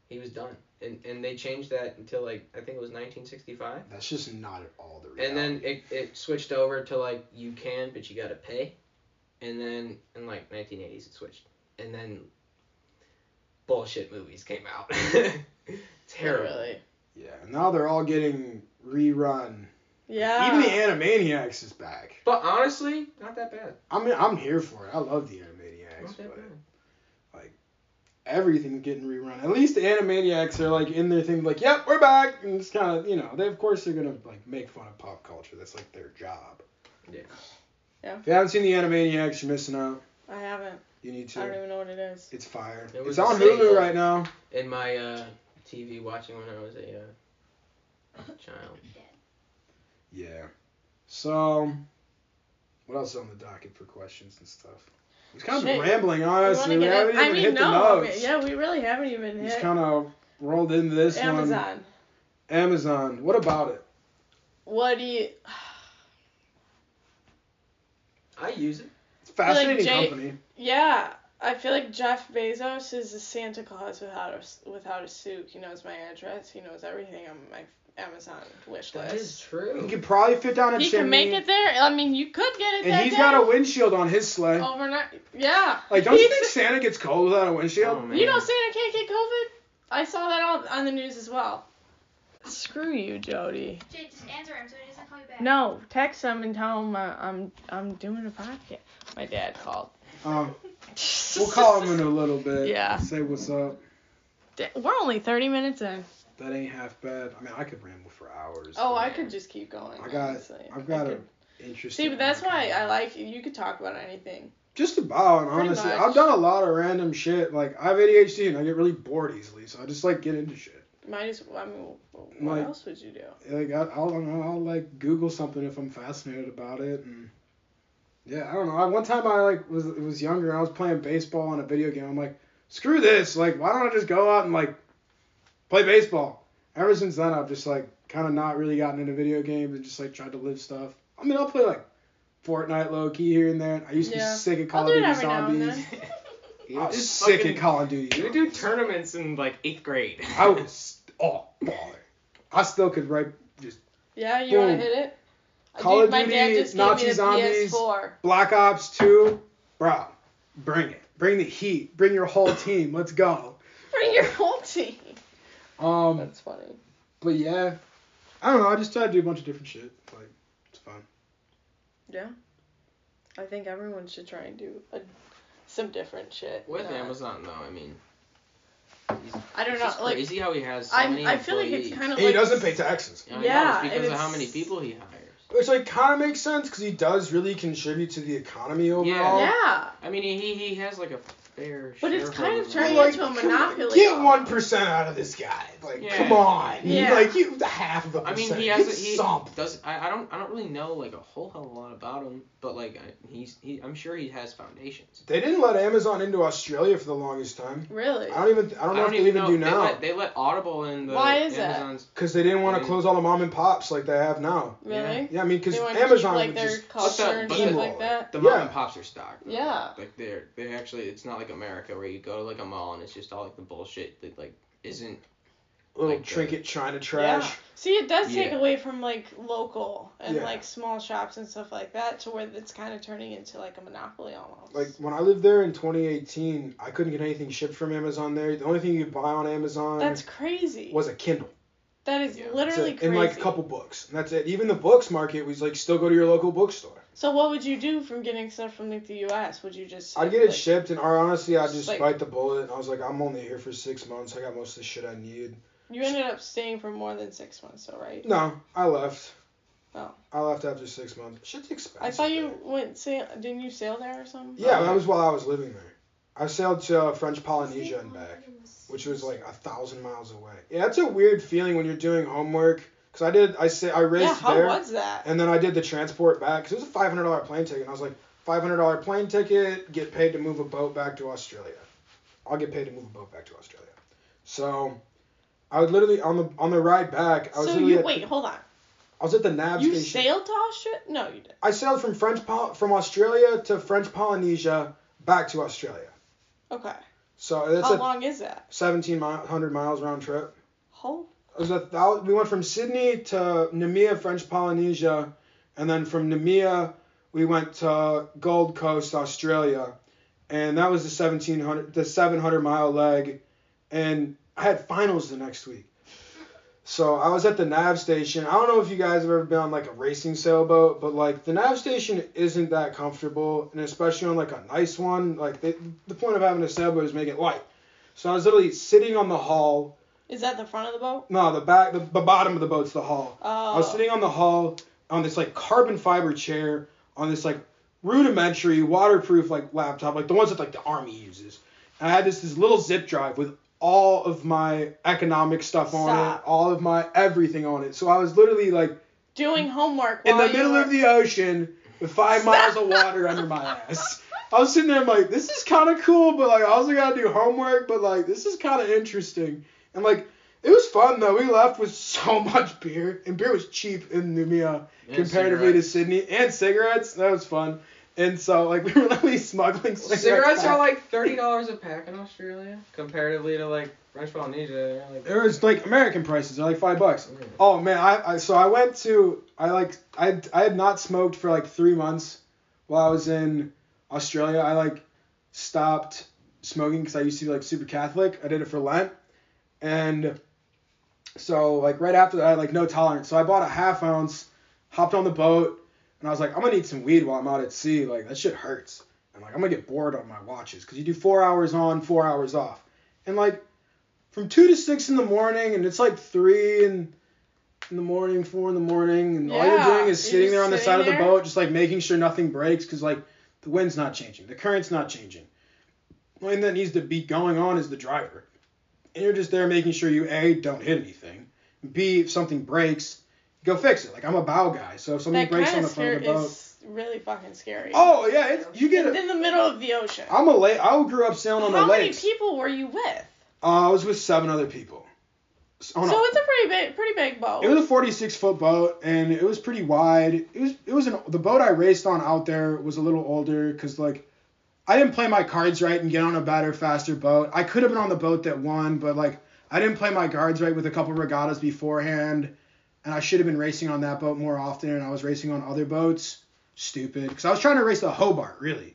he was done. And and they changed that until like I think it was 1965. that's just not at all the. Reality. And then it, it switched over to like you can but you got to pay. And then in like 1980s it switched. And then bullshit movies came out. Terrible. Really. Yeah, now they're all getting rerun. Yeah. Even the Animaniacs is back. But honestly, not that bad. I mean, I'm here for it. I love the Animaniacs, Not that but bad. everything's getting rerun. At least the Animaniacs are like in their thing, like, "Yep, we're back," and it's kind of, you know, they of course they're gonna like make fun of pop culture. That's like their job. Yeah. Yeah. If you haven't seen the Animaniacs, you're missing out. I haven't. You need I don't to. even know what it is. It's fire. It was it's on the same Hulu one. right now. In my uh, TV watching when I was a uh, child. Yeah. So, what else is on the docket for questions and stuff? We've kind of been Shit. rambling, You wanna honestly. We get haven't in- even I mean, hit no. the notes. okay, Yeah, we really haven't even We Just hit kind of rolled into this one. Amazon. Amazon. What about it? What do you? I use it. It's a fascinating Jay- company. Yeah, I feel like Jeff Bezos is a Santa Claus without a without a suit. He knows my address. He knows everything on my Amazon wish That is list. You true. could probably fit down a He chimney. can make it there. I mean, you could get it. and that Oh. he's day. got a windshield on his sleigh. overnight. Yeah. Like, don't you He's- think Santa gets cold without a windshield? Oh, man. You know Santa can't get COVID. I saw that on on the news as well. Screw you, Jody. Jay, just answer him so he doesn't call you back. No, text him and tell him uh, I'm I'm doing a podcast. My dad called. Um, we'll call him in a little bit. Yeah. Say what's up. We're only 30 minutes in. That ain't half bad. I mean, I could ramble for hours. Oh, I could just keep going. I got- honestly. I've got I a could- interesting. See, but that's why I like you could talk about anything. Just about, and Pretty honestly. much. I've done a lot of random shit. Like, I have ADHD and I get really bored easily, so I just, like, get into shit. Might as well. I mean, what Like- else would you do? Like, I, I'll, I'll, I'll, like, Google something if I'm fascinated about it, and... Yeah, I don't know. I, one time I, like, was was younger, I was playing baseball on a video game. I'm like, screw this. Like, why don't I just go out and, like, play baseball? Ever since then, I've just, like, kind of not really gotten into video games and just, like, tried to live stuff. I mean, I'll play, like, Fortnite low-key here and there. and I used to Yeah. be sick of I'll Call do of it Duty every now and Zombies. then. You I would was just sick fucking- of Call of Duty. You would do tournaments in like eighth grade. I was all baller. I still could write Yeah, you want to Boom. hit it? Uh, Call Dude, of my dad Duty, just Nazi gave me the zombies. PS4. Black Ops 2. Bro, bring it. Bring the heat. Bring your whole team. Let's go. For your whole team. Um, That's funny. but yeah, I don't know. I just tried to do a bunch of different shit. Like, it's fun. Yeah. I think everyone should try and do a, some different shit. With Yeah. Amazon though, I mean, I don't it's know. just Like, crazy how he has so many I, I feel like it's employees. kind of And like. he doesn't pay taxes, I know, Yeah, it's because and of how many it's- people he hires. which like kind of makes sense because he does really contribute to the economy overall. Yeah. Yeah. I mean, he he has like a fair. But it's kind of shareholder right. turned Like, into a come on, monopoly. Get one percent out of this guy. Like, Yeah. come on. Yeah. Like, you the half of a I percent. mean, he has Get a, he some. does. I, I don't I don't really know like a whole hell of a lot about him, but like I, he's he I'm sure he has foundations. They didn't let Amazon into Australia for the longest time. Really? I don't even. I don't know if they even, do they now Let, they let Audible and the Why is that? Amazon's because they didn't want to Yeah. close all the mom and pops like they have now. Really? Yeah, I mean, because They want to keep Amazon like would their just culture and But shit the- like that. The mom Yeah. and pops are stocked. though. Yeah. Like they're they actually it's not like America where you go to like a mall and it's just all like the bullshit that like isn't little like the- trinket China trash. Yeah. See, it does take Yeah. away from like local and Yeah. like small shops and stuff like that to where it's kind of turning into like a monopoly almost. Like when I lived there in 2018, I couldn't get anything shipped from Amazon there. The only thing you could buy on Amazon that's crazy. was a Kindle. that is Yeah. That's That's literally it. crazy. And like a couple books. And that's it. Even the books market was like still go to your local bookstore. So what would you do from getting stuff from like the U.S.? Would you just? I'd get it like- shipped, and or honestly, I Just, just like- bite the bullet. And I was like, I'm only here for six months. I got most of the shit I need. You ended up staying for more than six months, though, right? No, I left. Oh. I left after six months. Shit's expensive. I thought you Oh, there. went sail. Didn't you sail there or something? Yeah, Okay. that was while I was living there. I sailed to uh, French Polynesia and back, which was like a thousand miles away. Yeah, that's a weird feeling when you're doing homework. Cause I did, I say, I raced Yeah. How there, was that? and then I did the transport back. Cause it was a five hundred dollar plane ticket. And I was like, five hundred dollar plane ticket, get paid to move a boat back to Australia. I'll get paid to move a boat back to Australia. So, I would literally on the on the ride back, I was So literally you at- wait, hold on. I was at the nav You station. sailed to Australia? No, you didn't. I sailed from French Pol- from Australia to French Polynesia back to Australia. Okay. So that's how a long is that? 1700 miles round trip. Whole It was a thou- we went from Sydney to Nemea, French Polynesia, and then from Nemea we went to Gold Coast, Australia, and that was the 1700 the 700 mile leg, and I had finals the next week. So I was at the nav station. I don't know if you guys have ever been on like a racing sailboat, but like the nav station isn't that comfortable, and especially on like a nice one. Like they, the point of having a sailboat is make it light. So I was literally sitting on the hull Is that the front of the boat? no, the back, the, the bottom of the boat's the hull. Oh. I was sitting on the hull on this like carbon fiber chair on this like rudimentary waterproof like laptop, like the ones that like the army uses. And I had this this little zip drive with all of my economic stuff on Stop. it, all of my everything on it. So I was literally like doing homework in while the middle you were... of the ocean with five miles of water under my ass. I was sitting there I'm like, this is kind of cool, but like I also gotta do homework, but like this is kind of interesting. And like it was fun though. We left with so much beer, and beer was cheap in Numia and comparatively to cigarettes. Sydney, and cigarettes. That was fun. And so like we were literally smuggling cigarettes. Cigarettes back. are like thirty dollars a pack in Australia, comparatively to like French Polynesia. they're, Like, It was like American prices, they're like five bucks. Mm. Oh man, I, I so I went to I like I I had not smoked for like three months while I was in Australia. I like stopped smoking because I used to be like super Catholic. I did it for Lent, and so like right after that, I had like no tolerance. So I bought a half ounce, hopped on the boat, and I was like, I'm gonna need some weed while I'm out at sea. Like that shit hurts. And like I'm gonna get bored on my watches because you do four hours on, four hours off, and like from two to six in the morning, and it's like three and in the morning, four in the morning, and all Yeah, you're doing you're is sitting just there on the sitting side of there. the boat, just like making sure nothing breaks, because like the wind's not changing, the current's not changing. The only thing that needs to be going on is the driver, and you're just there making sure you a don't hit anything, b if something breaks, go fix it. Like I'm a bow guy, so if something That breaks kind on of the front scare of the boat, is really fucking scary. oh yeah, it's, you get It's it. in the middle of the ocean. I'm a lake. I grew up sailing on How the many lakes. people were you with? Uh, I was with seven other people. S- on a- So it's a pretty big, pretty big boat. It was a 46 foot boat, and it was pretty wide. It was it was an the boat I raced on out there was a little older because like I didn't play my cards right and get on a better, faster boat. I could have been on the boat that won, but like I didn't play my cards right with a couple regattas beforehand, and I should have been racing on that boat more often. And I was racing on other boats, stupid, because I was trying to race the Hobart really,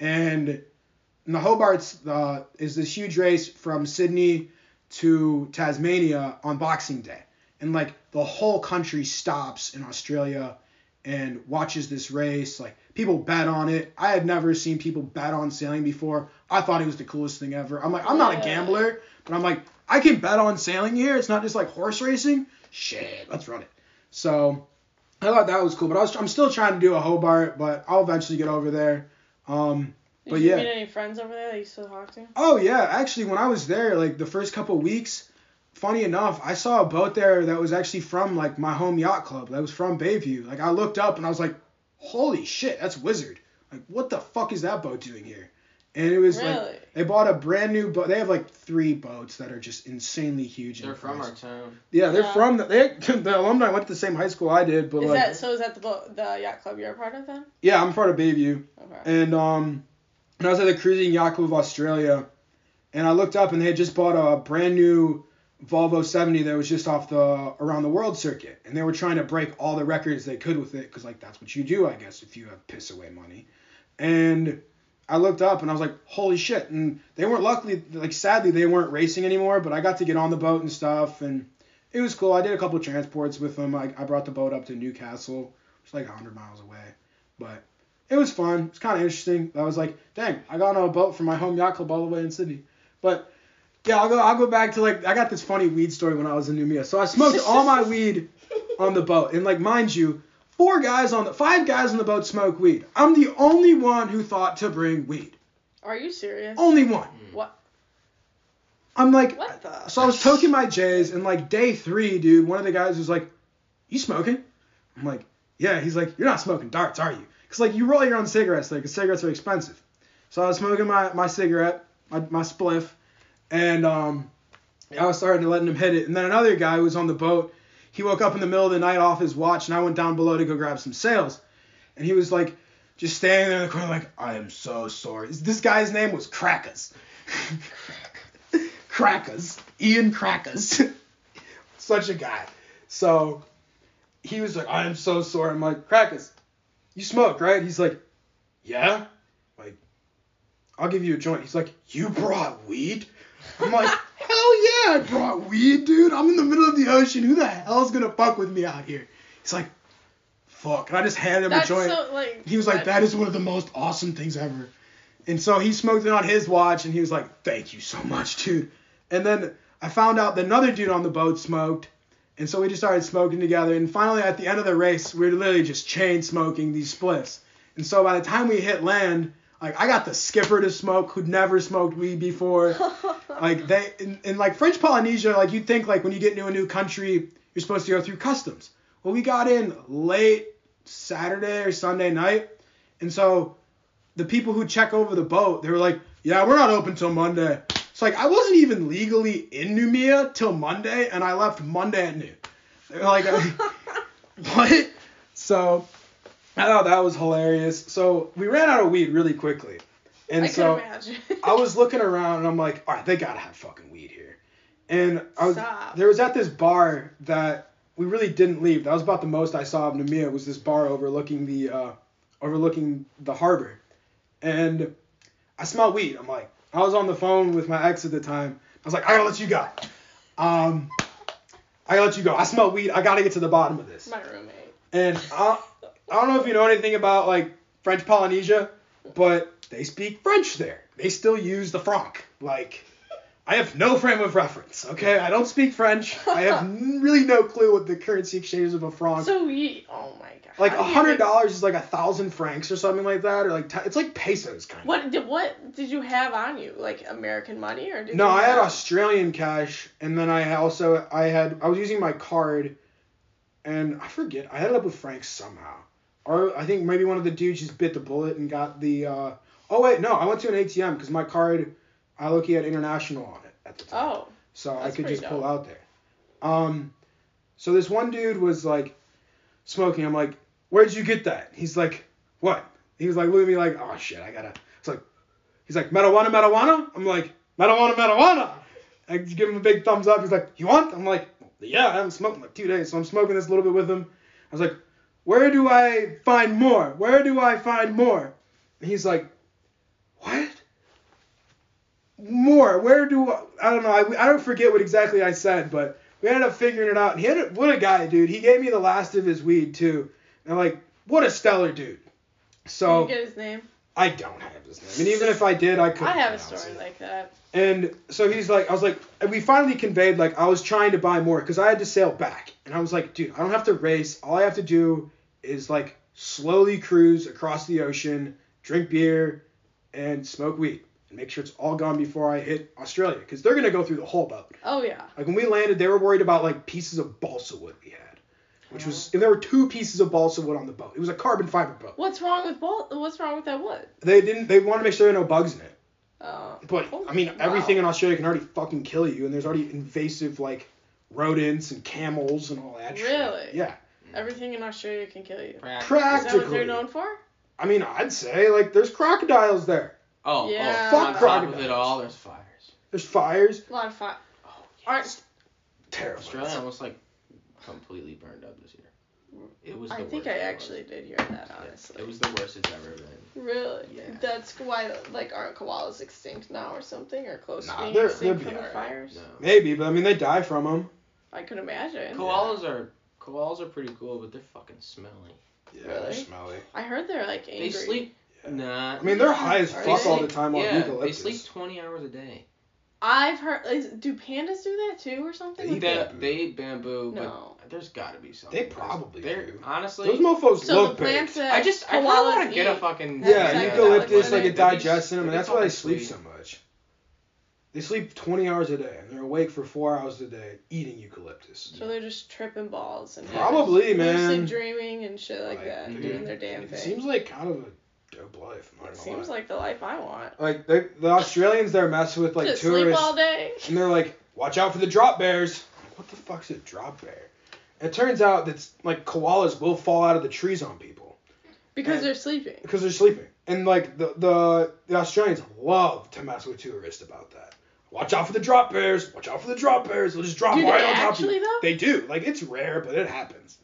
and. And the Hobart's uh, is this huge race from Sydney to Tasmania on Boxing Day and like the whole country stops in Australia and watches this race. Like people bet on it. I had never seen people bet on sailing before. I thought it was the coolest thing ever. I'm like, I'm not a Yeah. gambler, but I'm like, I can bet on sailing here. It's not just like horse racing. Shit, let's run it. So I thought that was cool, but I was, I'm still trying to do a Hobart, but I'll eventually get over there. Um, Did But you yeah. meet any friends over there that you still talk to? Oh yeah, actually, when I was there, like the first couple weeks, funny enough, I saw a boat there that was actually from like my home yacht club. That was from Bayview. Like I looked up and I was like, holy shit, that's Wizard. Like what the fuck is that boat doing here? And it was like Really? they bought a brand new boat. They have like three boats that are just insanely huge. in They're from price. our town. Yeah, they're Yeah. from the, they, the alumni went to the same high school I did, but Is like that so? Is that the bo- the yacht club you're a part of then? yeah, I'm part of Bayview. Okay. And um, and I was at the cruising yacht club of Australia, and I looked up and they had just bought a brand new Volvo 70 that was just off the around the world circuit, and they were trying to break all the records they could with it, cause like that's what you do, I guess, if you have piss away money. And I looked up and I was like, holy shit! And they weren't luckily, like sadly, they weren't racing anymore, but I got to get on the boat and stuff, and it was cool. I did a couple transports with them. I, I brought the boat up to Newcastle, which is like 100 miles away, but it was fun. It's kind of interesting. I was like, dang, I got on a boat from my home yacht club all the way in Sydney. But yeah, I'll go. I'll go back to like I got this funny weed story when I was in Numia. So I smoked all my weed on the boat, and like mind you, four guys on the five guys on the boat smoke weed. I'm the only one who thought to bring weed. Are you serious? Only one. What? I'm like, What the? so Oh, I was toking my J's, and like day three, dude, one of the guys was like, "You smoking?" I'm like, "Yeah." He's like, "You're not smoking darts, are you?" Because like you roll your own cigarettes, like 'cause cigarettes are expensive. So I was smoking my my cigarette, my, my spliff, and um, I was starting to letting him hit it. And then another guy who was on the boat, he woke up in the middle of the night off his watch, and I went down below to go grab some sails, and he was like. Just standing there in the corner, like, I am so sorry. This guy's name was Crackers. Crackers. Ian Crackers. Such a guy. So he was like, I am so sore. I'm like, Crackers, you smoke, right? He's like, Yeah. I'm like, I'll give you a joint. He's like, You brought weed? I'm like, Hell yeah, I brought weed, dude. I'm in the middle of the ocean. Who the hell's gonna fuck with me out here? He's like, Fuck. And I just handed him That's a joint. so like. He was like, that is one of the most awesome things ever. And so he smoked it on his watch, and he was like, thank you so much, dude. And then I found out that another dude on the boat smoked, and so we just started smoking together. And finally, at the end of the race, we were literally just chain smoking these splits. And so by the time we hit land, like I got the skipper to smoke who'd never smoked weed before. like they in, in like French Polynesia, like you think like when you get into a new country, you're supposed to go through customs. Well, we got in late Saturday or Sunday night. And so the people who check over the boat, they were like, yeah, we're not open till Monday. It's like I wasn't even legally in Numia till Monday, and I left Monday at noon. They were like, what? So I thought that was hilarious. So we ran out of weed really quickly. And I so can imagine. I was looking around and I'm like, all right, they gotta have fucking weed here. And I was Stop. there was at this bar that we really didn't leave. That was about the most I saw of Nemea was this bar overlooking the uh, overlooking the harbor. And I smelled weed. I'm like, I was on the phone with my ex at the time. I was like, I gotta let you go. Um, I gotta let you go. I smell weed. I gotta get to the bottom of this. My roommate. And I, I don't know if you know anything about like French Polynesia, but they speak French there. They still use the franc. Like, I have no frame of reference. Okay, I don't speak French. I have n- really no clue what the currency exchange of a franc. So we. Oh my god. like How a do you hundred make- dollars is like a thousand francs or something like that, or like t- it's like pesos kind of. What did what did you have on you? Like American money or did No, you I had have- Australian cash, and then I also I had I was using my card, and I forget I ended up with Frank somehow, or I think maybe one of the dudes just bit the bullet and got the. Uh, oh wait, no, I went to an ATM because my card, I look had international on it at the time, Oh, so I that's could pretty just pull dope. out there. Um, so this one dude was like, smoking. I'm like, where'd you get that? He's like, what? He was like, look at me like, oh shit, I gotta. It's like, he's like, marijuana, marijuana. I'm like, marijuana, marijuana. I just give him a big thumbs up. He's like, you want? I'm like, yeah, I haven't smoked in like two days, so I'm smoking this a little bit with him. I was like, where do I find more? Where do I find more? And he's like, what? More? Where do I? I don't know. I, I don't forget what exactly I said, but we ended up figuring it out. And he had a, what a guy, dude. He gave me the last of his weed too. And like, what a stellar dude. did So you get his name? I don't have his name, and even if I did, I couldn't. I have a pronounce story it. like that. And so he's like, I was like, and we finally conveyed like I was trying to buy more because I had to sail back, and I was like, dude, I don't have to race. All I have to do is like slowly cruise across the ocean, drink beer, and smoke weed and make sure it's all gone before I hit Australia because they're gonna go through the whole boat. Oh yeah. Like when we landed, they were worried about like pieces of balsa wood we had, which was and there were two pieces of balsa wood on the boat. It was a carbon fiber boat. What's wrong with bal- What's wrong with that wood? They didn't. They wanted to make sure there are no bugs in it. Uh, But oh, I mean, everything wow. in Australia can already fucking kill you, and there's already invasive like rodents and camels and all that. shit. Really? Yeah. Everything in Australia can kill you. Practice. Prac- Is that Oh, what Practically. they're known for? I mean, I'd say like there's crocodiles there. oh, Yeah. oh, Fuck on top crocodiles. of it all, there's fires. There's fires. A lot of fire. Oh, Aren't Terrible. Australia almost like completely burned up this year. It was. The I think worst I it was. actually did hear that Yeah, honestly. It was the worst it's ever been. Really? Yeah. That's why like aren't koalas extinct now or something or close Nah, to being they're- extinct they'll from be the alright. fires? No. Maybe, but I mean they die from them. I could imagine. Koalas are koalas are pretty cool, but they're fucking smelly. Yeah, Really? they're smelly. I heard they're like angry. They sleep. Yeah. Nah. I mean they're high as Are fuck they? all the time on yeah, They eucalyptus. sleep 20 hours a day. I've heard. Is, do pandas do that too or something? They They, eat Like, bamboo. they eat bamboo, No. but there's got to be something. They There's- probably they're, do. Honestly, Those mofos so the look big. plants that I just I koalas kind of want to eat, get a fucking That's Yeah, exactly eucalyptus what like I it mean. That'd digests in them, and that's why they sleep so some. much. They sleep 20 hours a day, and they're awake for four hours a day eating eucalyptus. So they're just tripping balls and Probably, having- man. Mm-hmm. lucid dreaming and shit like Like, that, dude, doing their damn it thing. It Seems, seems like kind of a dope life. I'm not gonna lie. like the life I want. Like they, the Australians there mess with like Just sleep tourists, all day. and they're like, "Watch out for the drop bears." I'm like, what the fuck's a drop bear? It turns out that like koalas will fall out of the trees on people Because and- they're sleeping. because they're sleeping, and like the the, the Australians love to mess with tourists about that. Watch out for the drop bears. Watch out for the drop bears. They'll just drop Do they right on top of actually, you. though? They do. Like it's rare, but it happens.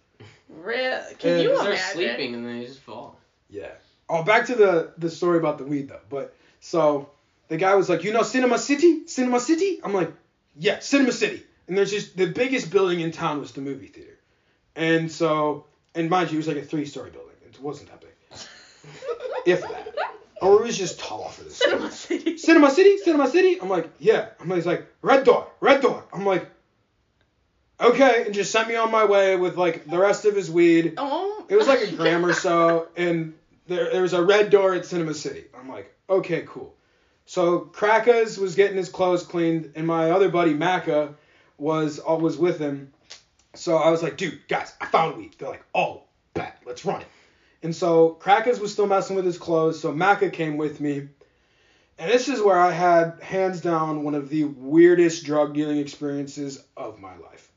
Really? Can And you because they're imagine? sleeping and then they just fall. Yeah. Oh, back to the the story about the weed though. But so the guy was like, you know, Cinema City, Cinema City. I'm like, yeah, Cinema City. And there's just the biggest building in town was the movie theater. And so, and mind you, it was like a three story building. It wasn't that big. If that. Or it was just tall for this. Cinema City. Cinema City, Cinema City. I'm like, yeah. I'm like, he's like, red door, red door. I'm like, okay, and just sent me on my way with like the rest of his weed. Oh. It was like a gram or so, and there, there was a red door at Cinema City. I'm like, okay, cool. So Krakas was getting his clothes cleaned, and my other buddy Maka was always with him. So I was like, dude, guys, I found weed. They're like, oh, bet, let's run it. And so Krakas was still messing with his clothes, so Maka came with me. And this is where I had hands down one of the weirdest drug dealing experiences of my life.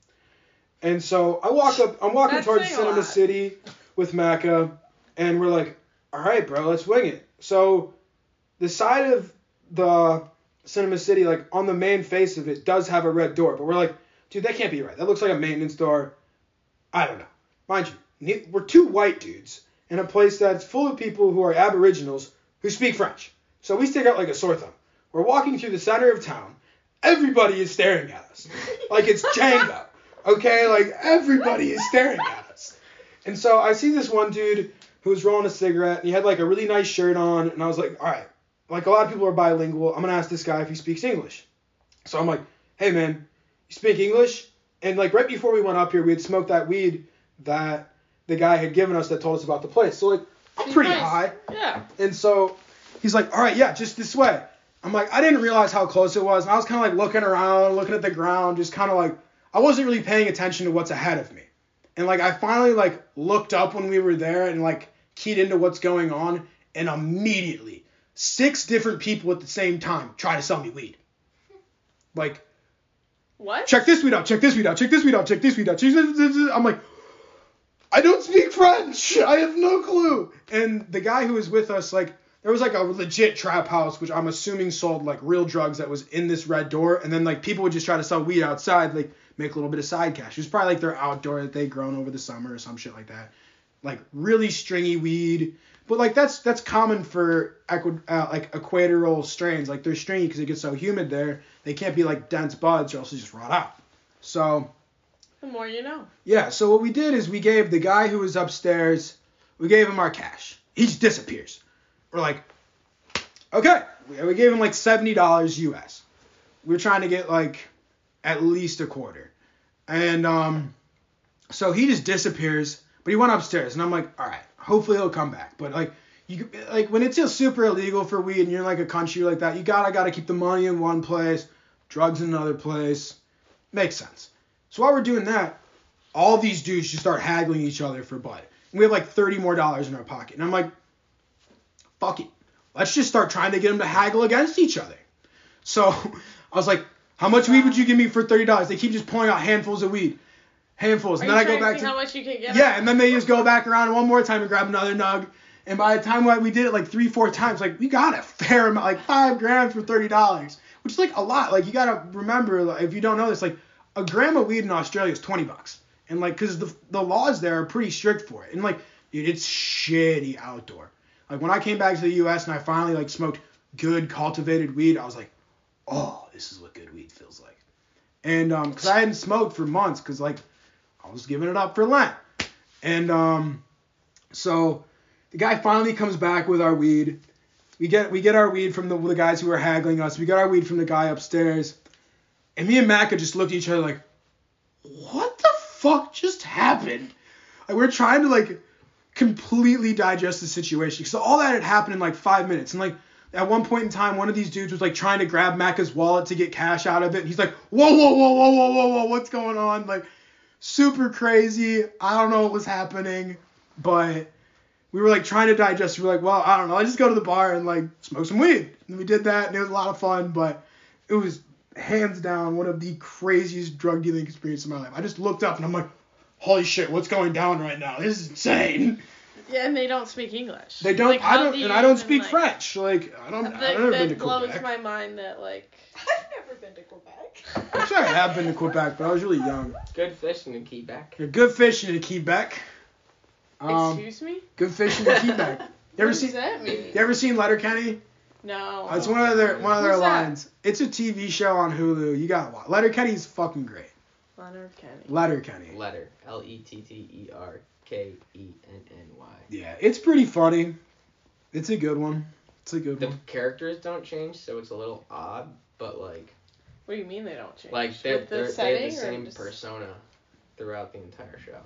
And so I walk up, I'm walking That's towards saying a Cinema lot. City with Maka, and we're like, all right, bro, let's wing it. So the side of the Cinema City, like on the main face of it, does have a red door, but we're like, dude, that can't be right. That looks like a maintenance door. I don't know. Mind you, ne- we're two white dudes in a place that's full of people who are Aboriginals who speak French. So we stick out like a sore thumb. We're walking through the center of town. Everybody is staring at us. Like it's Django. Okay? Like everybody is staring at us. And so I see this one dude who was rolling a cigarette and he had like a really nice shirt on. And I was like, all right, like a lot of people are bilingual. I'm going to ask this guy if he speaks English. So I'm like, hey man, you speak English? And like right before we went up here, we had smoked that weed that the guy had given us that told us about the place. So like, I'm pretty Nice. high. Yeah. And so he's like, all right, yeah, just this way. I'm like, I didn't realize how close it was. And I was kind of like looking around, looking at the ground, just kind of like, I wasn't really paying attention to what's ahead of me. And like, I finally like looked up when we were there and like keyed into what's going on. And immediately, six different people at the same time try to sell me weed. Like, What? check this weed out, check this weed out, check this weed out, check this weed out. Check this, this, this. I'm like, I don't speak French. I have no clue. And the guy who was with us, like, there was like a legit trap house, which I'm assuming sold like real drugs that was in this red door. And then like people would just try to sell weed outside, like make a little bit of side cash. It was probably like their outdoor that they grown over the summer or some shit like that. Like really stringy weed, but like that's that's common for equi- uh, like equatorial strains. Like they're stringy because it gets so humid there. They can't be like dense buds or else they just rot out. So The more you know. yeah, so what we did is we gave the guy who was upstairs, we gave him our cash. He just disappears. We're like, okay. We we gave him like $70 US. We were trying to get like at least a quarter. And um, so he just disappears, but he went upstairs. And I'm like, all right, hopefully he'll come back. But like, you you could- like when it's just super illegal for weed and you're in like a country like that, you gotta gotta keep the money in one place, drugs in another place. Makes sense. So while we're doing that, all these dudes just start haggling each other for bud. And we have like thirty more dollars in our pocket. And I'm like, fuck it. Let's just start trying to get them to haggle against each other. So I was like, how much weed would you give me for thirty dollars? They keep just pulling out handfuls of weed. Handfuls. Are And you then I trying go back to see to how much you can get? yeah, and then they just go back around one more time and grab another nug. And by the time like, we did it like three, four times, like we got a fair amount, like five grams for thirty dollars, which is like a lot. Like you gotta remember, like, if you don't know this, like a gram of weed in Australia is twenty bucks, and like because the the laws there are pretty strict for it, and like dude, it's shitty outdoor. Like when I came back to the U.S. and I finally like smoked good cultivated weed, I was like, oh, this is what good weed feels like. And um, cause I hadn't smoked for months, cause like I was giving it up for Lent. And um, so the guy finally comes back with our weed. We get we get our weed from the, the guys who were haggling us. We got our weed from the guy upstairs. And me and Macca just looked at each other like, what the fuck just happened? Like, we're trying to like completely digest the situation. So all that had happened in like five minutes. And like at one point in time, one of these dudes was like trying to grab Macca's wallet to get cash out of it. And he's like, whoa, whoa, whoa, whoa, whoa, whoa, whoa, what's going on? Like super crazy. I don't know what was happening, but we were like trying to digest. We were like, well, I don't know. I just go to the bar and like smoke some weed. And we did that, and it was a lot of fun, but it was hands down one of the craziest drug dealing experiences of my life. I just looked up and I'm like, holy shit, what's going down right now? This is insane. Yeah, and they don't speak English. They don't. Like, I how don't. do and you I don't even, speak like- French. Like I don't. That, I've never been to that blows Quebec. my mind that like I've never been to Quebec. I'm sure I have been to Quebec, but I was really young. Good fishing in Quebec. You're good fishing in Quebec. Um, excuse me? good fishing in Quebec. You What ever does seen? that mean? You ever seen Letterkenny? No. It's one of their one of their Oh, Who's that? lines. It's a TV show on Hulu. You gotta watch. Letterkenny's fucking great. Leonard Kenny. Letterkenny. Letter. L E T T E R K E N N Y. Yeah, it's pretty funny. It's a good one. It's a good The one. characters don't change, so it's a little odd, but like, What do you mean they don't change? like they're, With the they're, they have setting the same or just- persona throughout the entire show.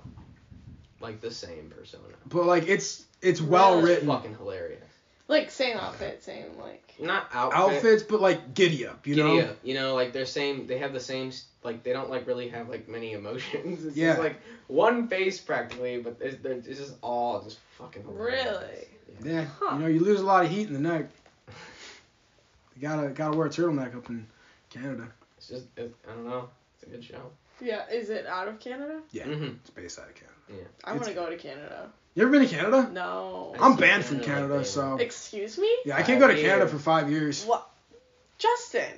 Like the same persona. But like it's it's well Really? It's written. fucking hilarious. Like same outfit, same like. Not outfit. Outfits, but like giddy up, you know. giddy up, you know, like they're same. They have the same. s- Like they don't like really have like many emotions. It's Yeah. just like one face practically, but it's, they're- it's just all just fucking. hilarious. Really? Yeah, Huh. you know, you lose a lot of heat in the neck. You gotta gotta wear a turtleneck up in Canada. It's just it, I don't know. It's a good show. Yeah, is it out of Canada? Yeah, Mhm. it's based out of Canada. I It's- want to go to Canada. You ever been to Canada? No. I'm banned from Canada, Canada, like, so Excuse me? yeah, I can't go to Five Canada years. for five years. What? Justin.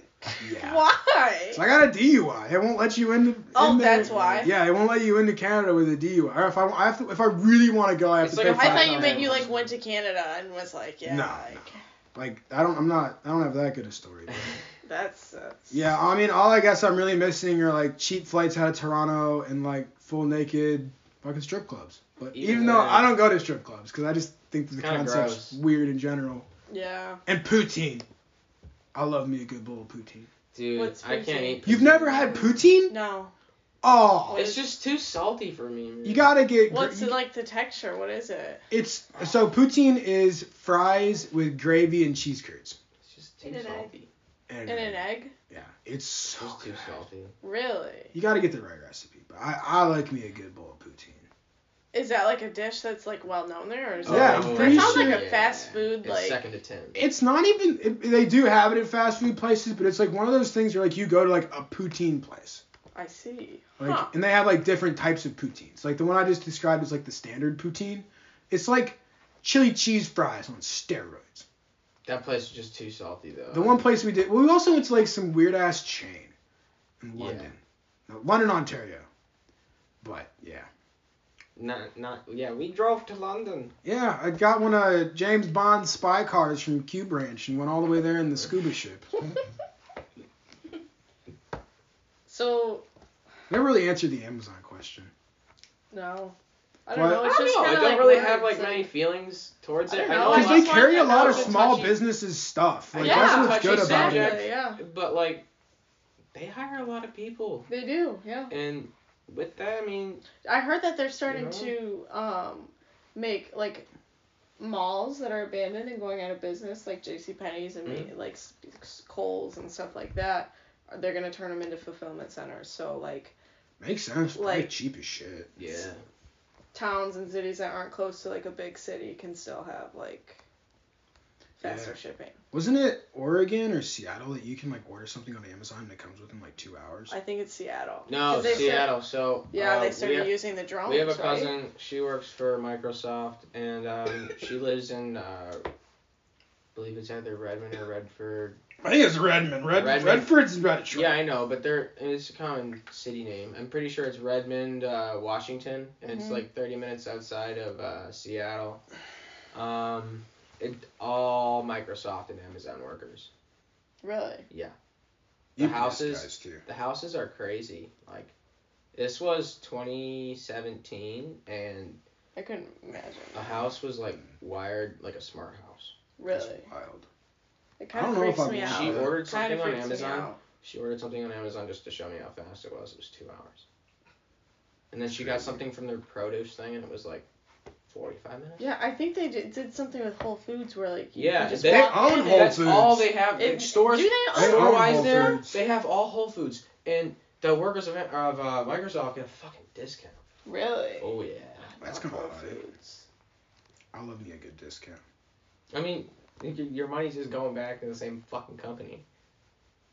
Yeah. Why? So I got a DUI. It won't let you into. Oh, in there. that's why. Yeah, it won't let you into Canada with a DUI. Or if I, I have to, if I really want to go, I have It's to like pay a- I five thought you meant dollars. you like went to Canada and was like, yeah, No, like Like I don't, I'm not, I don't have that good a story. but- that's. Uh, yeah, I mean, all I guess I'm really missing are like cheap flights out of Toronto and like full naked fucking strip clubs. But Even even, though then- I don't go to strip clubs because I just think the Kinda concept's gross. weird in general. yeah. And poutine. I love me a good bowl of poutine. Dude, What's I can't poutine? eat. You've never had poutine? No. Oh, It's just too salty for me. Man. you gotta get. gr- What's you- it like the texture? What is it? It's so poutine is fries with gravy and cheese curds. It's just too In an eh? egg. salty. And, In an egg? Yeah, it's so It's too good. salty. Really? You gotta get the right recipe, but I, I like me a good bowl of poutine. Is that like a dish that's like well known there, or is Oh, Yeah, that, I'm like, that pretty sounds sure- like a fast food Oh, It's like. second to ten. It's not even it, they do have it at fast food places, but it's like one of those things where like you go to like a poutine place, I see. like Huh. and they have like different types of poutines. Like the one I just described is like the standard poutine. It's like chili cheese fries on steroids. That place is just too salty though. The one place we did, well, we also went to like some weird ass chain in London, No, London, Ontario. But yeah, Not not yeah. We drove to London. yeah, I got one of James Bond's spy cars from Q Branch and went all the way there in the scuba ship. So Never really answered the Amazon question. no. I don't What? know. I It's don't just know. I kind of don't like really words, have like like- many feelings towards I it. don't Oh, I know. know. Because I they just carry a wanted to lot know of if it's small touchy- businesses' stuff. Like Yeah, that's what's touchy good about Exactly. it. subject. Yeah, But like, they hire a lot of people, they do. Yeah. and with that, I mean, I heard that they're starting You to um make like malls that are abandoned and going out of business, like J.C. Penney's and Mm-hmm. ma- like S- S- Kohl's and stuff like that, are- they're gonna turn them into fulfillment centers. So like Makes sense. Probably Like- cheap as shit. Yeah. towns and cities that aren't close to like a big city can still have like faster Yeah. shipping. Wasn't it Oregon or Seattle that you can like order something on Amazon and it comes within like two hours? I think it's Seattle. No, 'Cause they start- Seattle. so yeah, uh, they we started have, using the drones. we have a right? cousin. She works for Microsoft, and um, she lives in, uh, I believe it's either Redmond or Redford. I think it's Redmond. Red, Redmond. Redford's in Detroit. Yeah, I know, but they're it's a common city name. I'm pretty sure it's Redmond, uh, Washington, and it's Mhm. like 30 minutes outside of uh, Seattle. Um, it all Microsoft and Amazon workers. Really? The UPS houses- guys too. The houses are crazy. Like, this was 2017, and I couldn't imagine. a house was like wired like a smart house. That's Really? wild. It I kind of don't know if freaks I'm- me out. She Yeah. ordered Kind something of on freaks me Amazon. out. She ordered something on Amazon just to show me how fast it was. It was two hours. And then she got something from their produce thing, and it was like 45 minutes. Yeah, I think they did, did something with Whole Foods where like you Yeah, can just they walk own in Whole and- That's all they have. It- Like, stores, do they own store Whole wise there, Foods? they have all Whole Foods, and the workers of, of uh, Microsoft get a fucking discount. Really? Oh yeah. That's kind of Whole hot. Foods. I love me a good discount. I mean, y- y- your money's just going back to the same fucking company.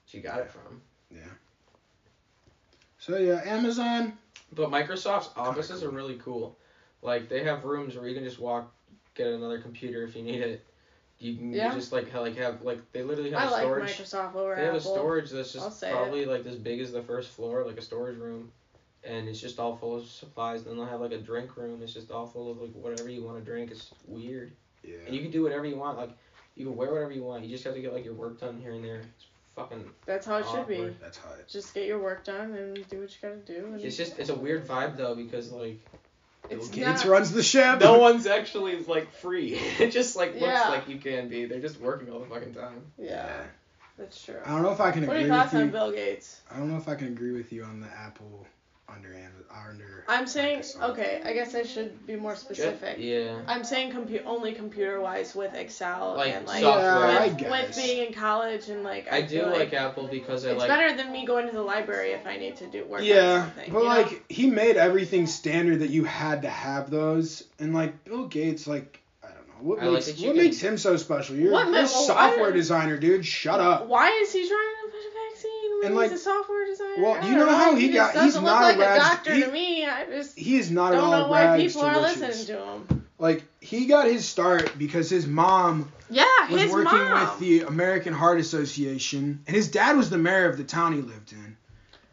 She got it from. So yeah, Amazon. But Microsoft's offices are really cool. Like they have rooms where you can just walk, get another computer if you need it. You can Yeah. just like ha- like have like they literally have I a like storage. Microsoft over they have Apple. a storage that's I'll just say it. probably like as big as the first floor, like a storage room, and it's just all full of supplies. Then they'll have like a drink room. It's just all full of like whatever you want to drink. It's weird, and Yeah. you can do whatever you want. Like you can wear whatever you want. You just have to get like your work done here and there. It's fucking. That's how it should be. Awkward. That's hot. Just get your work done and do what you gotta do. And It's just it's a weird vibe though because like. Bill It's Gates not- runs the ship. no one's actually like free. It just like looks Yeah. like you can be. They're just working all the fucking time. yeah, that's true. I don't know if I can What are agree your thoughts with on you. Bill Gates? I don't know if I can agree with you on the Apple under Amazon under. I'm saying Microsoft. okay. I guess I should be more specific. Yeah. I'm saying compu- only computer wise with Excel Like, and like software. Yeah, I with, guess. with being in college and like I do feel like Apple because I it's like better than me going to the library if I need to do work. on Yeah, something, but you know? like he made everything standard that you had to have those, and like Bill Gates, like I don't know what I like makes that you what can- makes him so special. You're, What you're a ma- oh, well, why- software designer, dude. Shut up. Why is he trying to push a vaccine when And, like- he's a software designer? well, I you don't know how he just got- he's doesn't look not a like rags- doctor he- to me. I just He is not at don't all know why rags people to are riches. listening to him. Like he got his start because his mom Yeah, was his working mom. with the American Heart Association, and his dad was the mayor of the town he lived in.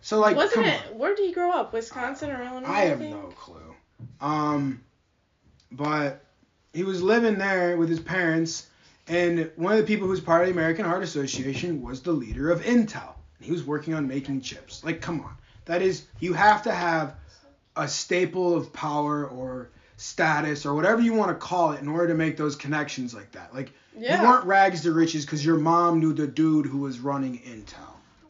So like, Wasn't come it? Where did he grow up? Wisconsin or on, Illinois? I have think? no clue. Um, but he was living there with his parents, and one of the people who was part of the American Heart Association was the leader of Intel. He was working on making chips. Like, come on, that is you have to have a staple of power or status or whatever you want to call it in order to make those connections like that. Like. Yeah. You weren't rags to riches because your mom knew the dude who was running Intel.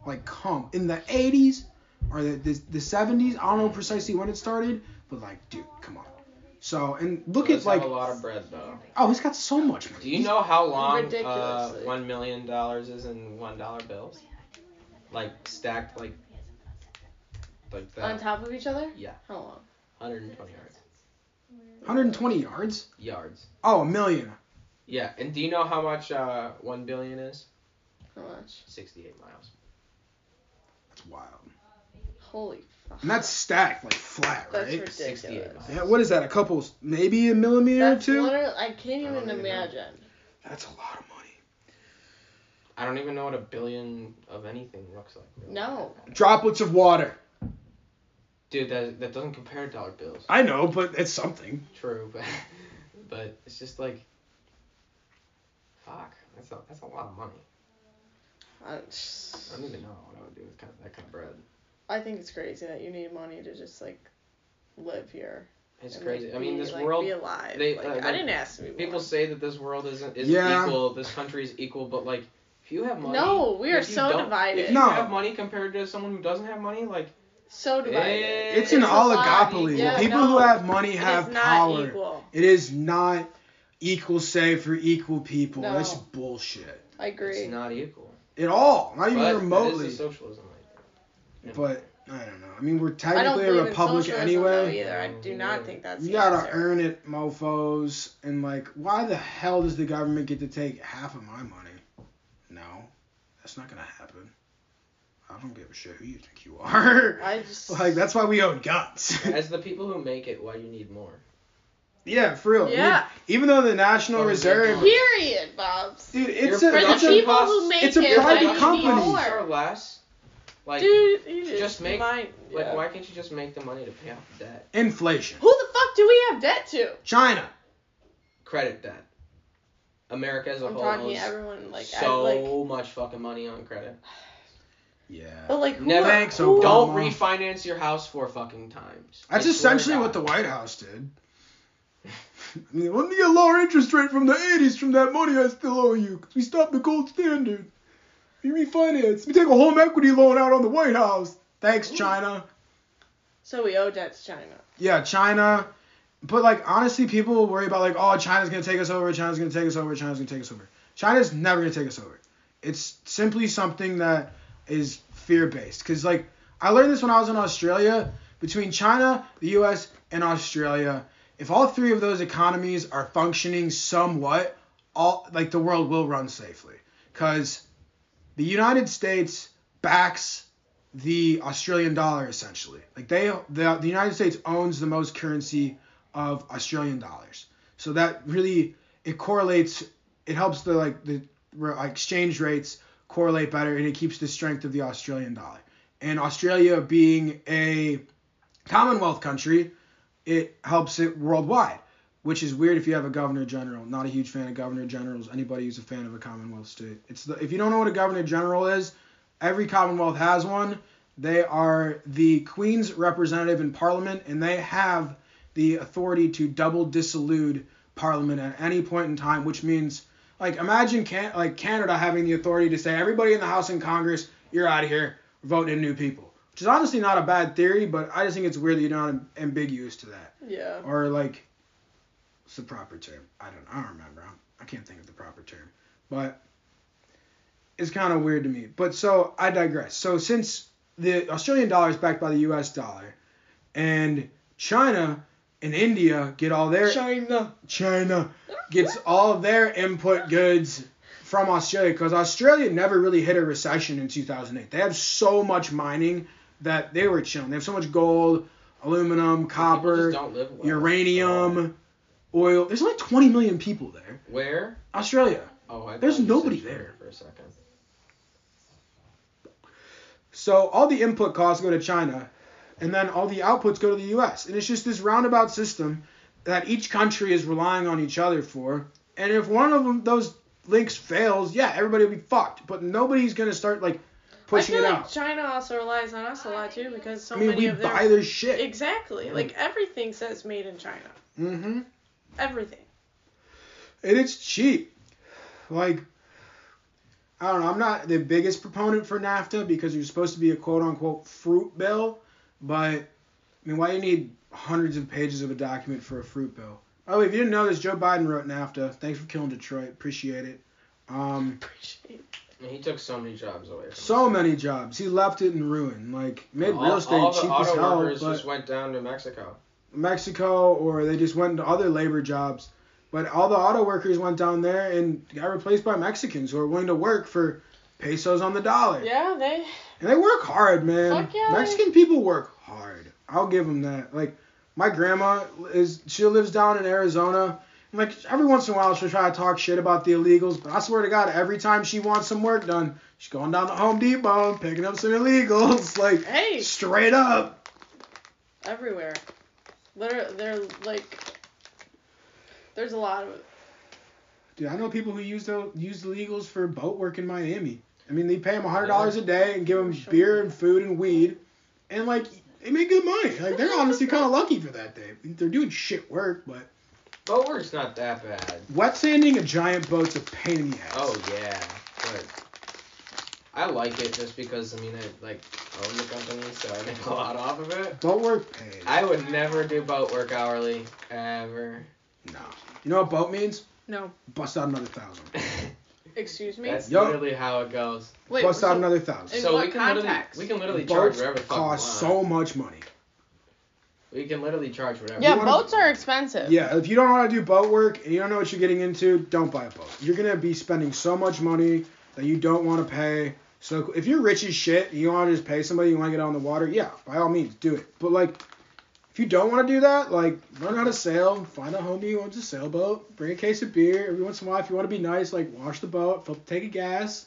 Like, come in the 80s or the, the, the 70s. I don't know precisely when it started, but like, dude, come on. So and look those at like have a lot of bread though. oh, he's got so much money. Do you know how long uh, Ridiculously. one million dollars is in one dollar bills? Like stacked like like On that. top of each other? Yeah. How long? 120 yards. 120 yards? Yards. Oh, a million. Yeah. And do you know how much uh, one billion is? How much? 68 miles. That's wild. Holy fuck. And that's stacked like flat, That's right? ridiculous. 68 miles. Yeah, what is that? A couple, maybe a millimeter That's or two? literally, I can't I don't even even know. imagine. That's a lot of money. I don't even know what a billion of anything looks like. really. No. Droplets of water. Dude, that, that doesn't compare to dollar bills. I know, but it's something. True, but but it's just like, fuck, that's a that's a lot of money. I, I don't even know what I would do with kind of that kind of bread. I think it's crazy that you need money to just like live here. It's and, like, crazy. I mean, be- this like, world. Be alive. they- like, uh, I like, didn't ask to be People born. say that this world isn't is Yeah. equal. This country is equal, but like, if you have money. No, we are if you so don't- If divided. you No. have money compared to someone who doesn't have money, like, So divided. Eh, It's an It's a lie. oligopoly. Yeah, People no. who have money It is have not power. equal. It is not equal say for equal people. No. That's bullshit. I agree. It's not equal. At all, not even but remotely. It is a socialism like that. No. But I don't know. I mean, we're I don't technically a believe republic in socialism, though, anyway. either. I do not think that's. You the gotta answer. earn it, mofo's. And like, why the hell does the government get to take half of my money? No, that's not gonna happen. I don't give a shit who you think you are. I just like, that's why we own guns. As the people who make it, why do you need more? yeah, for real. Yeah. Even, even though the National Oh, Reserve, yeah. Period, Bobs. dude, it's Your a, For the it's a people costs- who make it's a it, private why do you company. need companies. more? Or less. Like, Dude, you just, just make- mine- like, yeah. why can't you just make the money to pay off the debt? inflation. Who the fuck do we have debt to? China. Credit debt. America as a I'm whole talking owes to everyone like so I like much fucking money on credit. Yeah. but like who Never- Thanks, who- Obama. Don't refinance your house four fucking times. That's I swear to essentially God. what the White House did. I mean, let me get a lower interest rate from the 80s from that money I still owe you 'cause we stopped the gold standard. We refinance. We take a home equity loan out on the White House. Thanks, China. So we owe debt to China. Yeah, China. But, like, honestly, people worry about, like, oh, China's going to take us over, China's going to take us over, China's going to take us over. China's never going to take us over. It's simply something that is fear based. Because, like, I learned this when I was in Australia. Between China, the US, and Australia, if all three of those economies are functioning somewhat, all like the world will run safely. Because the United States backs the Australian dollar essentially. Like they the, the United States owns the most currency of Australian dollars. So that really it correlates it helps the like the re- exchange rates correlate better and it keeps the strength of the Australian dollar. And Australia being a Commonwealth country, it helps it worldwide, which is weird if you have a governor general. Not a huge fan of governor generals. Anybody who's a fan of a Commonwealth state. It's the, if you don't know what a governor general is, every Commonwealth has one. They are the Queen's representative in Parliament, and they have the authority to double dissolute Parliament at any point in time, which means like imagine can like Canada having the authority to say everybody in the House and Congress, you're out of here, We're voting in new people. Which is honestly not a bad theory, but I just think it's weird that you're not ambiguous to that. Yeah. Or like what's the proper term? I don't I don't remember. I'm, I can't think of the proper term. But it's kind of weird to me. But so I digress. So since the Australian dollar is backed by the US dollar and China and India get all their China. China gets all of their input goods from Australia because Australia never really hit a recession in 2008. They have so much mining that they were chilling. They have so much gold, aluminum, People copper, just don't live well. uranium, oil. There's only 20 million people there. So- Where? Australia. Oh, I There's thought you said nobody China there. For a second. So all the input costs go to China, and then all the outputs go to the U.S. And it's just this roundabout system that each country is relying on each other for. And if one of them those links fails, yeah, everybody will be fucked. But nobody's gonna start like pushing I it feel like out. China also relies on us a lot too because so I mean, many we of their buy their shit. exactly like everything says made in China. mm-hmm. Everything. and it's cheap. Like, I don't know. I'm not the biggest proponent for NAFTA because there's supposed to be a quote unquote fruit bill, but I mean, why do you need hundreds of pages of a document for a fruit bill? By the way, if you didn't know this, Joe Biden wrote NAFTA. Thanks for killing Detroit. Appreciate it. Um, Appreciate it. I mean, he took so many jobs away. From so us. many jobs. He left it in ruin. Like made All- real estate all cheap the as auto hell. workers but- just went down to Mexico. Mexico or they just went into other labor jobs. But all the auto workers went down there and got replaced by Mexicans who are willing to work for pesos on the dollar. Yeah, they And they work hard, man. Fuck yeah. Mexican people work hard. I'll give them that. Like my grandma is she lives down in Arizona. And like every once in a while she'll try to talk shit about the illegals, but I swear to God, every time she wants some work done, she's going down to Home Depot and picking up some illegals. Like hey straight up. everywhere. Literally, they're like there's a lot of it. Dude, I know people who use the use the legals for boat work in Miami. I mean, they pay them hundred dollars a day and give them beer and food and weed, and like they make good money. Like they're honestly kind of lucky for that day. They're doing shit work, but Boat work's not that bad. wet sanding a giant boat's a pain in the ass. Oh yeah, but I like it just because I mean I like own the company, so I make a lot off of it. boat work pays. I would never do boat work hourly ever. no, you know what boat means? No. Bust out another thousand. Excuse me. That's Yup. literally how it goes. Wait. Bust out so- another thousand. In so what we can context? literally we can literally charge Boats whatever the fuck cost we want. so much money. We can literally charge whatever. yeah, you wanna- boats are expensive. Yeah, if you don't know how to do boat work and you don't know what you're getting into, don't buy a boat. You're gonna be spending so much money that you don't want to pay. So if you're rich as shit, and you want to just pay somebody, you want to get on the water. Yeah, by all means, do it. But like, if you don't want to do that, like, learn how to sail. Find a homie who owns a sailboat. Bring a case of beer every once in a while. If you want to be nice, like, wash the boat, fill, take a gas.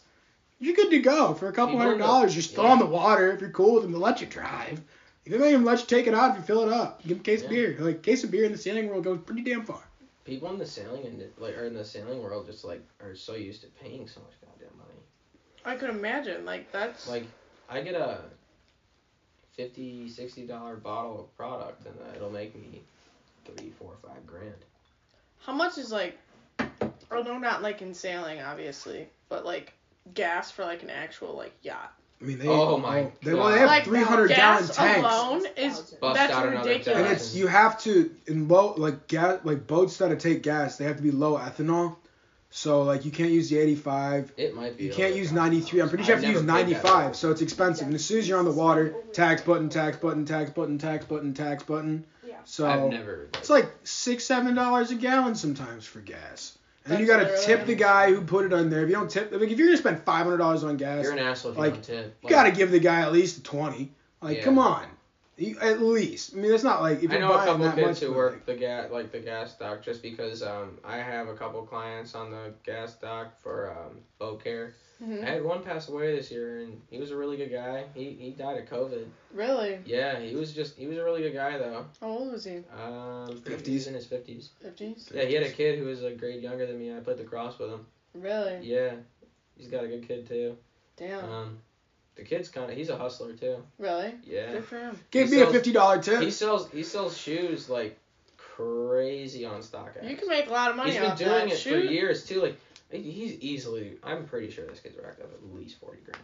You're good to go for a couple People hundred know- dollars. Just throw yeah. on the water if you're cool with them. They'll let you drive. If they don't even let you take it out, if you fill it up, give them a case of Yeah. beer. Like case of beer in the sailing world goes pretty damn far. People in the sailing and like or in the sailing world just like are so used to paying so much goddamn money. I could imagine. Like that's. Like I get a 50 dollar bottle of product and it'll make me three, four, five grand. How much is like? Oh no, not like in sailing, obviously, but like gas for like an actual like yacht. I mean, they Oh my they, well, they have God. Like 300 gallon gas tanks, alone is Bust that's out another ridiculous. and tank. it's you have to in low like gas like boats that take gas they have to be low ethanol, so like you can't use the 85. It might be. You can't over use $1,000. 93. I'm pretty sure I've you have to use never paid that 95, much. so it's expensive. And as soon as you're on the water, tax button, tax button, tax button, tax button, tax button. Yeah. So I've never. It's like six, seven dollars a gallon sometimes for gas. And then you That's gotta literally- tip the guy who put it on there. If you don't tip, like if you're gonna spend five hundred dollars on gas, You're an asshole if like, you don't tip. you gotta give the guy at least a twenty. Like, Yeah. come on, you, at least. I mean, that's not like if I you're know a buying couple that kids much, who but, work like, the gas like the gas dock just because um I have a couple clients on the gas dock for um boat care. Mhm. I had one pass away this year and he was a really good guy. He he died of COVID. Really? Yeah, he was just he was a really good guy though. How old was he? Um, 50s? fifties in his fifties. Fifties? Yeah, he had a kid who was a grade younger than me. I played lacrosse with him. Really? Yeah, he's got a good kid too. Damn. Um, the kid's kind of he's a hustler too. really? Yeah. Good for him. give he me a sells- fifty dollar tip. He sells he sells shoes like crazy on StockX. You can make a lot of money He's been off doing that. it Shoot. for years too. Like he's easily, I'm pretty sure this kid's racked up at least forty grand.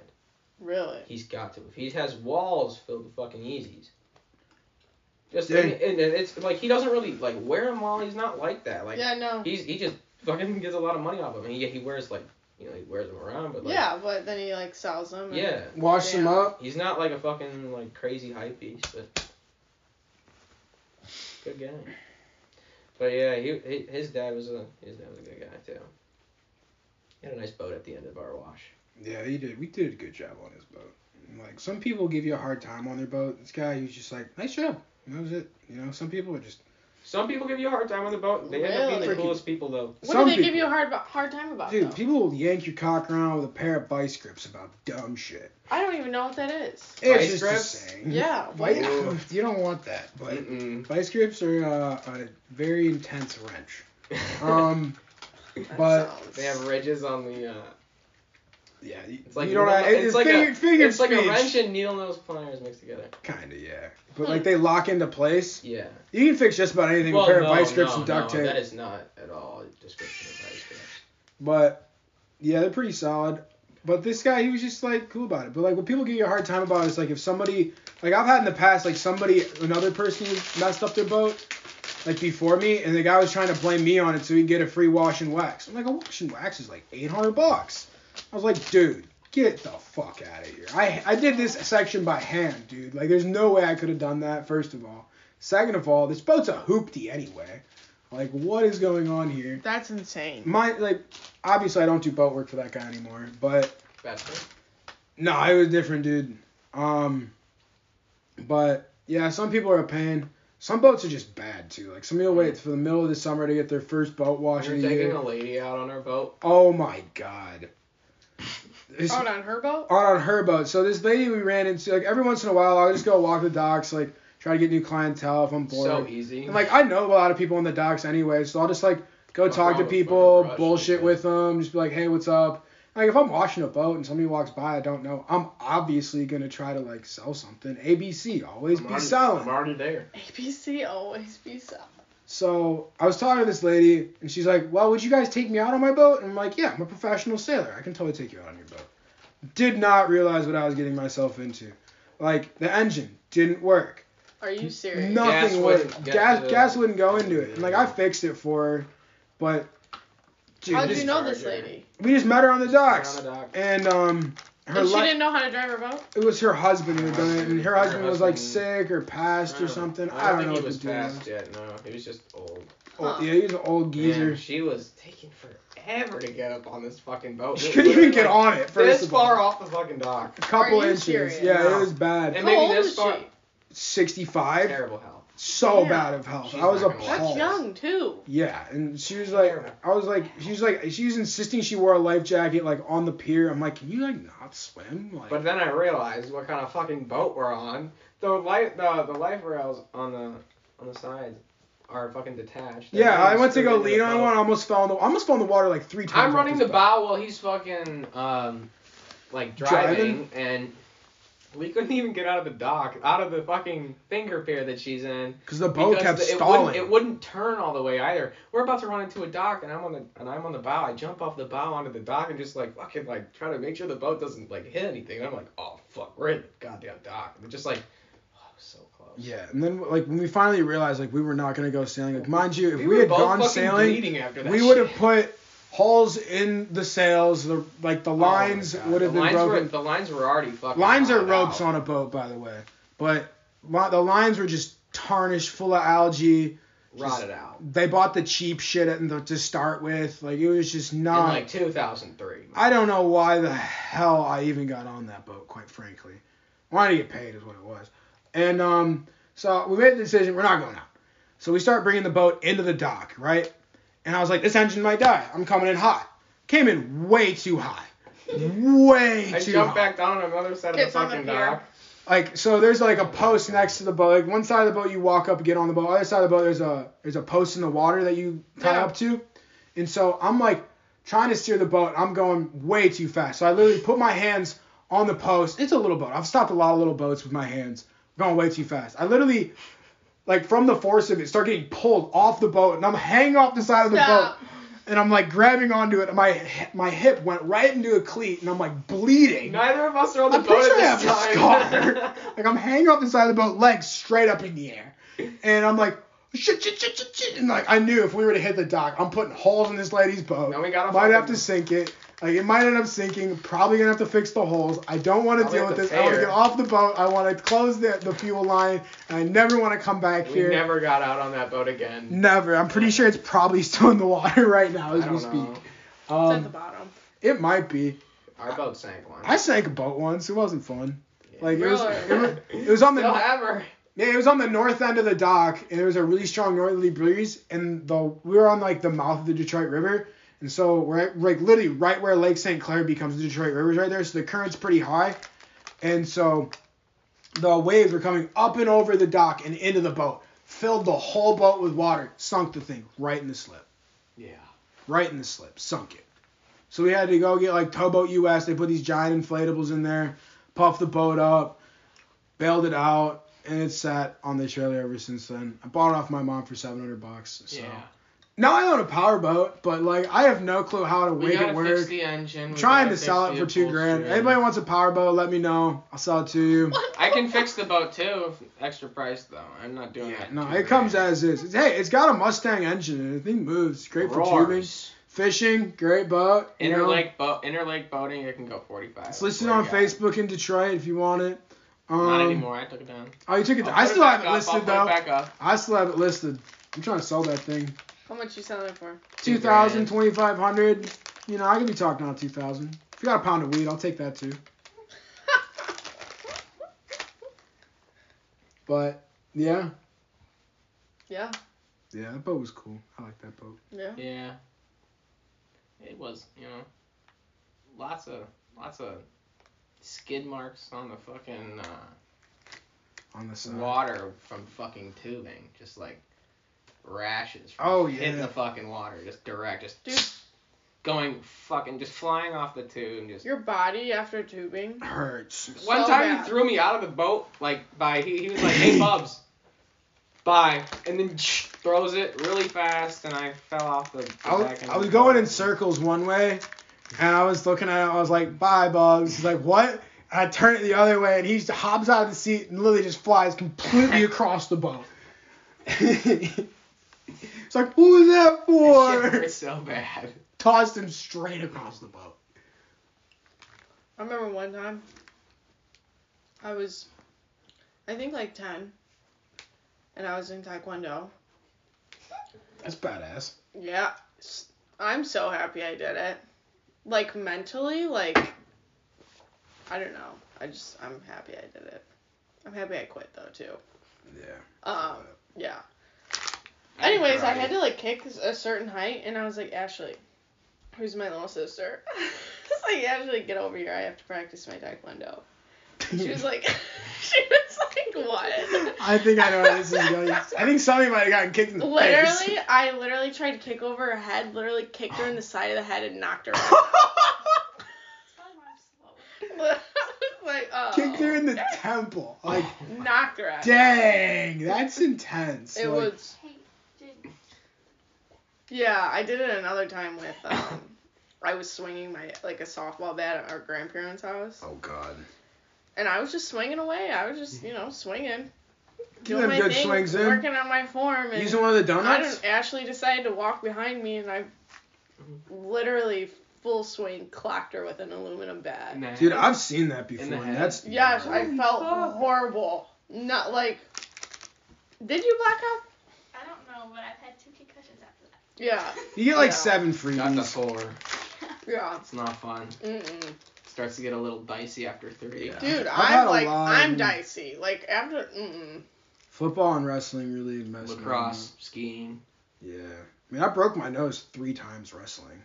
Really? He's got to. If he has walls filled with fucking Yeezys. Just Dang. and, and it's like he doesn't really like wear them all. He's not like that. Like yeah, no. he's he just fucking gets a lot of money off of them. He he wears like you know he wears them around, but like yeah, but then he like sells them. and- yeah. Wash them Yeah. up. He's not like a fucking like crazy hype beast, but good guy. But yeah, he, he his dad was a his dad was a good guy too. He had a nice boat at the end of our wash. Yeah, he did. We did a good job on his boat. Like some people give you a hard time on their boat. This guy, he was just like, nice job. And that was it. You know, some people are just. Some people give you a hard time on the boat. They end up being the Really? coolest people though. What some do they give people- you a hard hard time about? Dude, though? people will yank your cock around with a pair of vice grips about dumb shit. I don't even know what that is. It's Vice just grips? a saying. Yeah. Vice, What? Ooh. you don't want that. But Mm-mm. vice grips are uh, a very intense wrench. Um, but they have ridges on the. Uh, yeah, it's like you don't. Have, it's, like finger, a finger it's like a speech. wrench and needle nose pliers mixed together. Kinda, yeah. But like they lock into place. Yeah. You can fix just about anything Well, with a pair no, of vice grips no, and duct no, tape. That is not at all a description of vice grips. But yeah, they're pretty solid. But this guy, he was just like cool about it. But like what people give you a hard time about is like if somebody, like I've had in the past, like somebody, another person messed up their boat, like before me, and the guy was trying to blame me on it so he could get a free wash and wax. I'm like, a wash and wax is like 800 bucks. I was like, dude, get the fuck out of here. I I did this section by hand, dude. Like there's no way I could have done that. First of all, second of all, this boat's a hoopty anyway. Like what is going on here? That's insane. my like obviously I don't do boat work for that guy anymore, but That's it. no, it was different, dude. Um, but yeah, some people are a pain. Some boats are just bad too. Like some people wait for the middle of the summer to get their first boat wash Mm. You're of the taking year. a lady out on her boat. Oh my god. This- Oh, on her boat? on, on her boat. So this lady we ran into, like every once in a while, I'll just go walk the docks, like try to get new clientele if I'm bored. So easy. And like "Oh, I know a lot of people on the docks anyway, so I'll just like go No talk to problem, people, fucking rush, bullshit okay. with them, just be like, hey, what's up? Like if I'm washing a boat and somebody walks by I don't know, I'm obviously gonna try to like sell something. ABC, always I'm be already- selling. I'm already there. ABC always be so. So I was talking to this lady, and she's like, "Well, would you guys take me out on my boat?" And I'm like, "Yeah, I'm a professional sailor. I can totally take you out on your boat." Did not realize what I was getting myself into. Like the engine didn't work. Are you serious? Nothing Gas would wouldn't get gas to the- gas wouldn't go into it. And like I fixed it for her, but Dude, How we did you just- know this Charger. lady? we just met her on the On docks, the dock. and um, her And she li- didn't know how to drive her boat. it was her husband who had done it, and her Her husband was like husband- sick or passed or something. I don't, think know he what was the deal was. passed yet. No, he was just old. Oh, Huh. yeah, he's an old geezer. Man, she was taking forever to get up on this fucking boat. She It couldn't even literally, get on it. First This of all. far off the fucking dock. a couple Are you inches. serious? Yeah, No. it was bad. And How maybe old this is far- she? 65, Terrible health. so Yeah. bad of health. She's I was not gonna appalled. last. That's young too. Yeah, and she was like, Terrible. I was like, she was like, she was insisting she wore a life jacket like on the pier. I'm like, can you like not swim? Like, But then I realized what kind of fucking boat we're on. The life, the, the life rails on the on the sides are fucking detached. They're yeah, I fucking went to go screwed into lean the on boat. one, I almost fell in the, I almost fell in the water like three times. I'm off running this the bow while he's fucking um like driving, and we couldn't even get out of the dock, out of the fucking finger pier that she's in. because the boat because kept the- it stalling. Wouldn't, it wouldn't turn all the way either. We're about to run into a dock, and I'm on the and I'm on the bow. I jump off the bow onto the dock and just like fucking like try to make sure the boat doesn't like hit anything. And I'm like, oh fuck, we're in the goddamn dock. And just like, oh, so close. yeah, and then like when we finally realized like we were not gonna go sailing, like mind you, if we, were had both gone fucking sailing, bleeding after that we would have shit. put holes in the sails. The like the Oh my lines God. would have The been lines were- broken. the lines were already fucking. Lines are out. ropes on a boat, by the way. But li- the lines were just tarnished, full of algae. Rotted out. They bought the cheap shit at the, to start with. Like it was just In not. like 2003. I don't know why the hell I even got on that boat, quite frankly. Wanted to get paid is what it was. And um, so we made the decision we're not going out. So we start bringing the boat into the dock, right? And I was like, this engine might die. I'm coming in hot. Came in way too high. Way I too jumped high. back down on another side Gets of on the the fucking pier. dock. like so there's like a post next to the boat like one side of the boat you walk up get on the boat other side of the boat there's a there's a post in the water that you tie Yeah. up to and so i'm like trying to steer the boat i'm going way too fast so i literally put my hands on the post it's a little boat i've stopped a lot of little boats with my hands I'm going way too fast i literally like from the force of it start getting pulled off the boat and i'm hanging off the side of the boat Stop. and i'm like grabbing onto it and my my hip went right into a cleat and i'm like bleeding Neither of us are on the I'm boat pretty sure I at have this a time. scar. like I'm hanging off the side of the boat, legs straight up in the air, and I'm like, shit, shit, shit, shit, shit, and like I knew if we were to hit the dock, I'm putting holes in this lady's boat. Now we gotta might have fucking- to sink it. Like it might end up sinking. Probably gonna have to fix the holes. I don't want to Probably deal have with this. to pay I want to her. get off the boat. I want to close the, the fuel line. And I never want to come back we here. never got out on that boat again. Never. I'm pretty sure it's probably still in the water right now as I we don't speak. know. It's at the Um, bottom. it might be. Our boat sank once. I sank a boat once. It wasn't fun. Like it was. It Really? was, it was on the. Still have her. Yeah, it was on the north end of the dock, and there was a really strong northerly breeze, and the we were on like the mouth of the Detroit River, and so we're at, like literally right where Lake St. Clair becomes the Detroit River is right there, so the current's pretty high, and so the waves were coming up and over the dock and into the boat, filled the whole boat with water, sunk the thing right in the slip, Yeah. right in the slip, sunk it. So we had to go get like Towboat US. They put these giant inflatables in there, puffed the boat up, bailed it out, and it's sat on the trailer ever since then. I bought it off my mom for 700 bucks. So yeah. now I own a power boat, but like I have no clue how to We wake gotta it fix work. the engine. we Trying gotta to sell fix it the for two grand. upholstery. Anybody wants a power boat, let me know. I'll sell it to you. I can fix the boat too, if extra price though. I'm not doing Yeah, that. no, two it comes grand. as is. It's, hey, it's got a Mustang engine and the thing moves. It's great for tubing, Roars. fishing, great boat. you know. Interlake boat, interlake boating, it can go 45. It's listed Swear on to God. Facebook in Detroit if you want it. Um, Not anymore. I took it down. Oh, you took it. I'll down. I put still back have it up, I'll listed put though. it back up. I still have it listed. I'm trying to sell that thing. How much you selling it for? Two Two thousand, grand. twenty five hundred. You know, I could be talking on 2,000. If you got a pound of weed, I'll take that too. But, yeah. yeah. Yeah, that boat was cool. I like that boat. Yeah. Yeah. It was, you know, lots of lots of skid marks on the fucking uh, On the side. water from fucking tubing, just like rashes. From Oh, Hitting yeah. the fucking water, just direct, just Dude. going fucking, just flying off the tube, and just. Your body after tubing. Hurts. One so time bad. he threw me out of the boat, like by he, he was like, "Hey Bubs, bye," and then throws it really fast, and I fell off the. the I back was, end I of was the going boat. in circles one way, and I was looking at it. I was like, "Bye, Bugs." He's like, "What?" And I turn it the other way, and he just hops out of the seat and literally just flies completely across the boat. it's like, who was that That shit hurt for? so bad. tossed him straight across the boat. I remember one time I was, I think like 10, and I was in Taekwondo. That's badass. Yeah, s- I'm so happy I did it. Like mentally, like, I don't know. I just, I'm happy I did it. I'm happy I quit though, too. Yeah. Um, yeah. Anyways, I had to like kick a certain height, and I was like, Ashley, who's my little sister? I was like, Ashley, get over here. I have to practice my taekwondo. She was like, she was like, what? I think I know where this is going. I think somebody might have gotten kicked in the face. Literally, I literally tried to kick over her head. Literally kicked her in the side of the head and knocked her. Out. It's probably why I'm slow. I was like, oh. kicked her in the temple. Like, Knocked her out. dang, that's intense. It Like, was. Hey, did Yeah, I did it another time with. Um, I was swinging my like a softball bat at our grandparents' house. Oh God. and I was just swinging away. I was Mm-hmm. just, you know, swinging, Give doing them my good thing, swings in. working on my form, and Using one of the I donuts. don't. Ashley decided to walk behind me, and I literally full swing clocked her with an aluminum bat. Nah. Dude, I've seen that before. In the and head. That's Yes, I felt fuck. horrible. Not like. Did you black out? I don't know, but I've had two concussions after that. Yeah, you get like Yeah. seven Got the freebies. four. yeah. It's not fun. Mm-mm. Starts to get a little dicey after three. Yeah. Dude, I've had I'm a like, lot I'm of- dicey. Like after, mm-mm. Football and wrestling really messed me up. Lacrosse, skiing. Yeah. I mean, I broke my nose three times wrestling.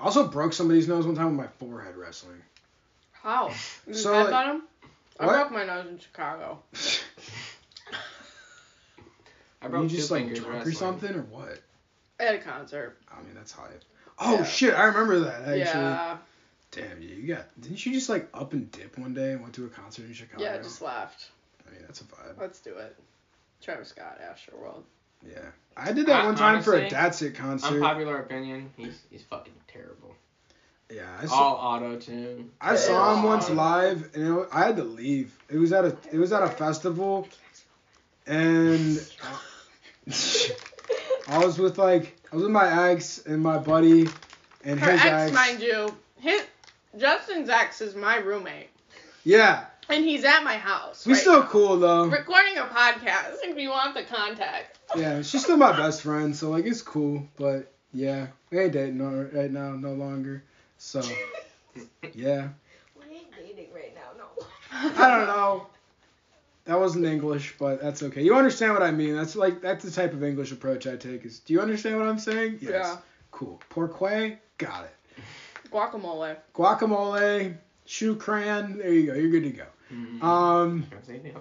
I also broke somebody's nose one time with my forehead wrestling. how? You So, head like- butt 'em? I What? broke my nose in Chicago. I Were broke you just two like fingers drunk or wrestling. something or what? At a concert. I mean, that's hype. Oh Yeah. shit, I remember that actually. Yeah. Damn you, you got didn't you just like up and dip one day and went to a concert in Chicago? Yeah, just left. I mean, that's a vibe. Let's do it. Travis Scott, Astroworld. Yeah. I did that I- one time for a honestly, Datsit concert. Unpopular opinion. He's he's fucking terrible. yeah, I saw, All auto tune. I saw him Yeah. once live and it, wa- I had to leave. It was at a it was at a festival and I was with like I was with my ex and my buddy and Her his ex, mind you, his Justin's ex is my roommate, Yeah, and he's at my house. we right still now. cool though. recording a podcast. If you want the contact. Yeah, she's still my best friend, so like it's cool. But yeah, we ain't dating no, right now, no longer. So yeah, We ain't dating right now, no. I don't know. That wasn't English, but that's okay. You understand what I mean? That's like that's the type of English approach I take. Is do you understand what I'm saying? Yes. Yeah. Cool. Porquay, got it. Guacamole. Guacamole, shoe crayon. There you go. You're good to go. Mm. Um, Can't say the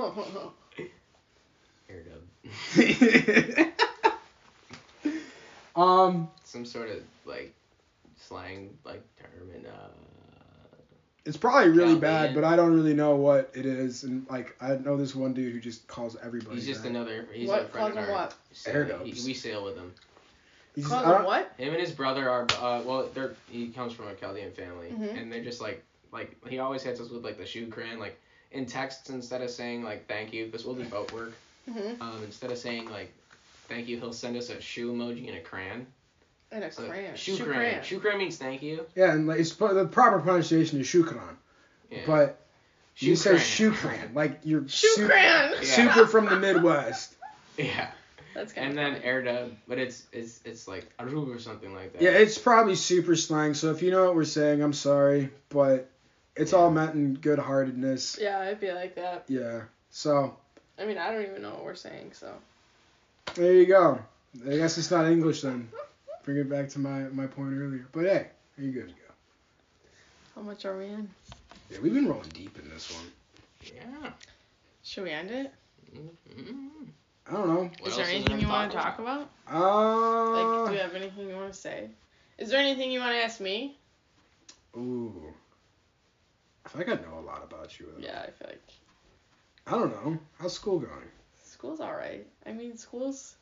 other one. Air dub. um, Some sort of like slang like term and uh. it's probably really Yeah, bad, man. but I don't really know what it is. And like, I know this one dude who just calls everybody. He's just that. another. He's a what? Calls friend him of ours. what? So Air he- dubs. we sail with him. He's just- Calls I him don't- what? Him and his brother are uh, well, they're he comes from a Chaldean family, Mhm. and they're just like like he always hits us with like the shoe cran like in texts instead of saying like thank you this will do boat work Mm-hmm. um instead of saying like thank you he'll send us a shoe emoji and a crayon. And a So, crayon. shoe, Uh, Shoe crayon. crayon. Shoe crayon means thank you. Yeah, and like, it's pro- the proper pronunciation is shukran, Yeah. but Shoe you say crayon. shukran, like you're Shoe su- crayon. Yeah. super from the Midwest. Yeah. That's kind And of then air dub, but it's it's it's like Aruba or something like that. Yeah, it's probably super slang. So if you know what we're saying, I'm sorry, but it's all meant in good heartedness. Yeah, it'd be like that. Yeah. So I mean, I don't even know what we're saying, so. There you go. I guess it's not English then. Bring it back to my, my point earlier. But hey, you good to go. How much are we in? Yeah, we've been rolling deep in this one. Yeah. Should we end it? Mm-hmm. I don't know. Is there anything you want to talk about? Uh, Like, do you have anything you want to say? Is there anything you want to ask me? Ooh. I feel like I know a lot about you. though. Yeah, I feel like I don't know. How's school going? school's alright. I mean, school's.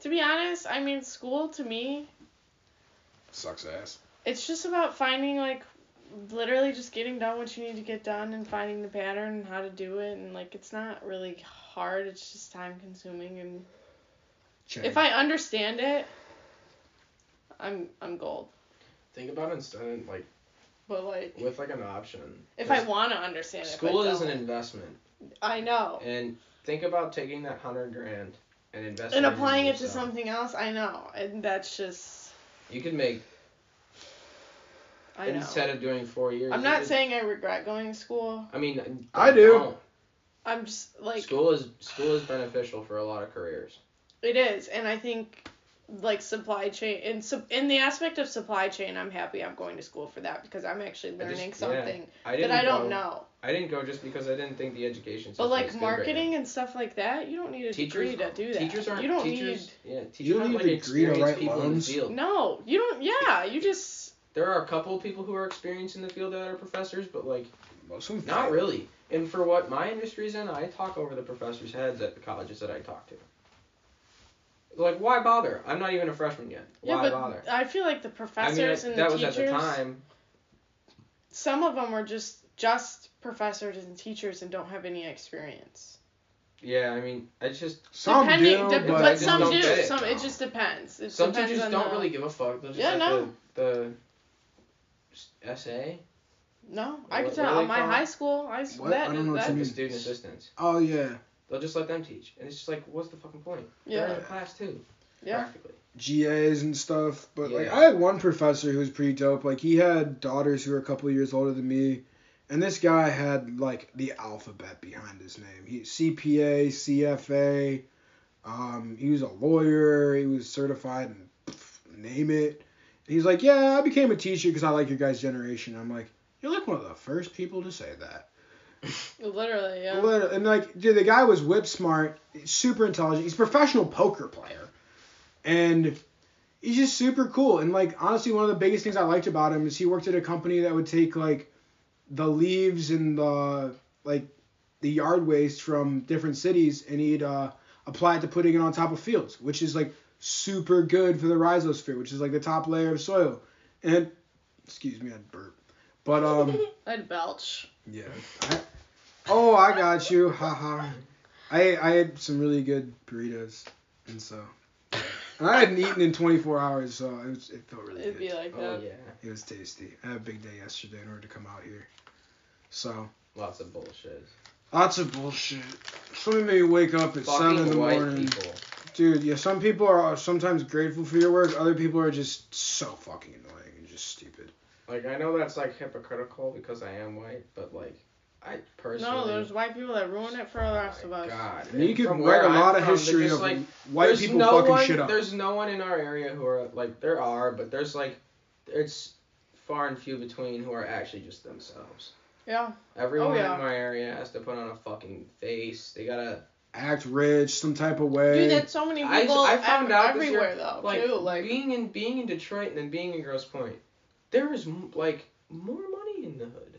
To be honest, I mean, school to me, Sucks ass. it's just about finding, like, literally just getting done what you need to get done and finding the pattern and how to do it. And, like, it's not really hard, it's just time consuming. And Check. if I understand it, I'm I'm gold. Think about instead like But like, with like an option. if I Just- want to understand it, school but is an don't. investment, I know. and think about taking that hundred grand and investing And it in applying it to yourself. something else, I know, and that's just You could make I know. instead of doing four years. I'm you not could- saying I regret going to school. I mean, I do. don't. I'm just like school is school is beneficial for a lot of careers. It is, and I think like supply chain and sup- in the aspect of supply chain, I'm happy I'm going to school for that because I'm actually just- learning yeah, something I that didn't I don't go- know. I didn't go just because I didn't think the education. But system was like good right now. marketing and stuff like that, you don't need a teachers degree to do that. Teachers aren't you don't teachers. Yeah, teachers You don't aren't, need a like, degree to experienced write people in the loans. need. field. No, you don't. Yeah, you just. There are a couple of people who are experienced in the field that are professors, but like Most of them not fail. really. And for what my industry's in, I talk over the professors' heads at the colleges that I talk to. Like, why bother? I'm not even a freshman yet. Yeah, Why but bother? I feel like the I mean, professors and the that was teachers. at the time. Some of them are just just professors and teachers and don't have any experience. Yeah, I mean, I just Some Depending, do, dep- but, I just some don't do. get it. Some it just depends. It some depends teachers on don't the- really give a fuck. They'll just Yeah, like no. the, the essay, No, I What- could what do tell. they On my call it? high school, I s- What? that I don't know what that- you the mean. student assistants. Oh yeah, They'll just let them teach, and it's just like, what's the fucking point? They're Yeah, in class too. yeah. Practically. GAs and stuff. But like, Yeah. I had one professor who was pretty dope. Like, he had daughters who were a couple years older than me, and this guy had like the alphabet behind his name. He CPA, CFA. Um, he was a lawyer. He was certified and pff, name it. And he's like, yeah, I became a teacher because I like your guys' generation. I'm like, you're like one of the first people to say that. Literally, yeah. Literally, and like, dude, the guy was whip smart, super intelligent. He's a professional poker player, and he's just super cool. And like, honestly, one of the biggest things I liked about him is he worked at a company that would take like the leaves and the like the yard waste from different cities, and he'd uh, apply it to putting it on top of fields, which is like super good for the rhizosphere, which is like the top layer of soil. And excuse me, I burp, but um. I'd belch. Yeah. I, oh, I got you. Haha. I I had some really good burritos, and so. And I hadn't eaten in 24 hours, so it, was, it felt really It'd good. be like Oh that. yeah, It was tasty. I had a big day yesterday in order to come out here. So lots of bullshit. lots of bullshit. Somebody made me wake up at seven in the Fucking white morning, people. dude. Yeah, some people are sometimes grateful for your work. Other people are just so fucking annoying and just stupid. Like I know that's like hypocritical because I am white, but like I personally. No, there's white people that ruin it for the rest of Oh My us. God. And you And could from write where a I'm lot of from, they're history just, of like, white there's people no fucking one, shit up. There's no one in our area who are like there are, but there's like it's far and few between who are actually just themselves. Yeah. Everyone Oh, yeah. in my area has to put on a fucking face. They gotta Act rich, some type of way. Dude, that's so many I- people I found ev- out this everywhere year, though, like, too. Like being in being in Detroit and then being in Gross Point. There is m- like more money in the hood.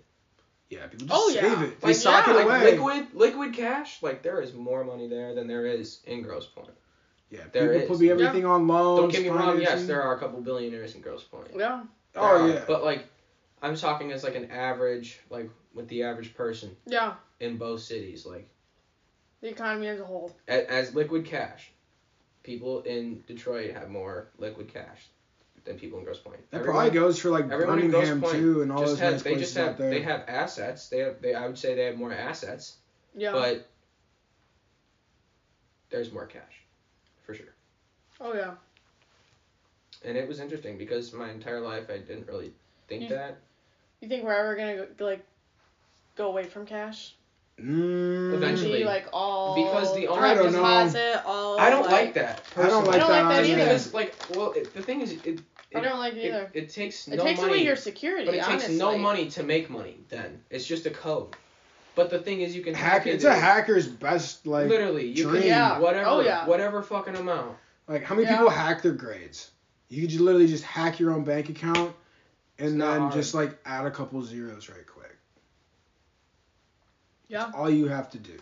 Yeah, people just Oh, save yeah. it. They Like, sock yeah, it Like away. liquid liquid cash. Like there is more money there than there is in Gross Point. yeah, there people is. put everything on loans. Don't get me wrong. Yes, financing. there are a couple billionaires in Gross Point. yeah. Oh There are, yeah. But like, I'm talking as like an average, like with the average person Yeah. in both cities, like The economy as a whole. as, as liquid cash. People in Detroit have more liquid cash than people in Gross Point. that Everyone- probably goes for like everyone in Birmingham Grosse Pointe too, and all just those have, nice they places just have out there. they have assets. They have they I would say they have more assets, Yeah. but there's more cash, for sure. oh yeah. And it was interesting because my entire life I didn't really think You- that. You think we're ever gonna go, like go away from cash? Mm, Eventually. Be like all Because the only- I direct don't know. deposit, all. I don't like, that. I don't personally. like I don't that. like that Just either. because, like, well, it, the thing is, it, it, I don't like it either. it, takes It no takes money. away your security. But it takes no honestly. money to make money. Then it's just a code. But the thing is, you can hack, Hack, it. it's a hacker's best like Literally, you dream. can Yeah. whatever, Oh, yeah. whatever fucking amount. like how many Yeah. people hack their grades? You could just literally just hack your own bank account It's and not then hard. just like add a couple zeros right quick. Yeah. That's all you have to do.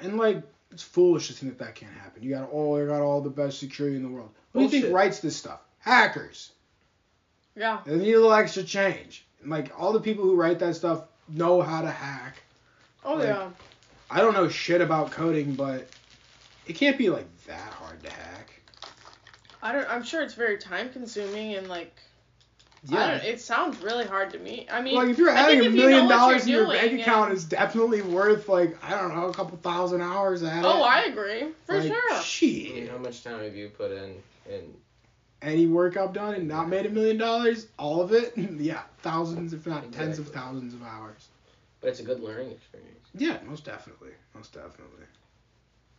And like it's foolish to think that that can't happen. You got all you got all the best security in the world. Who do you Bullshit. think writes this stuff? Hackers. Yeah. They need a little extra change. And, like all the people who write that stuff know how to hack. Oh Like, yeah. I don't know shit about coding, but it can't be like that hard to hack. I don't. I'm sure it's very time consuming and like. I Yeah. don't, it sounds really hard to me. I mean, Like if you're I adding think a if you know million what dollars in you're your bank doing, account, yeah. it's definitely worth like I don't know a couple thousand hours. At Oh, it. I agree for Like, sure. I mean, Shit. how much time have you put in? And Any work I've done and not made a million dollars, all of it, yeah, thousands if not tens of Exactly. thousands of hours. but it's a good learning experience. Yeah, most definitely, most definitely.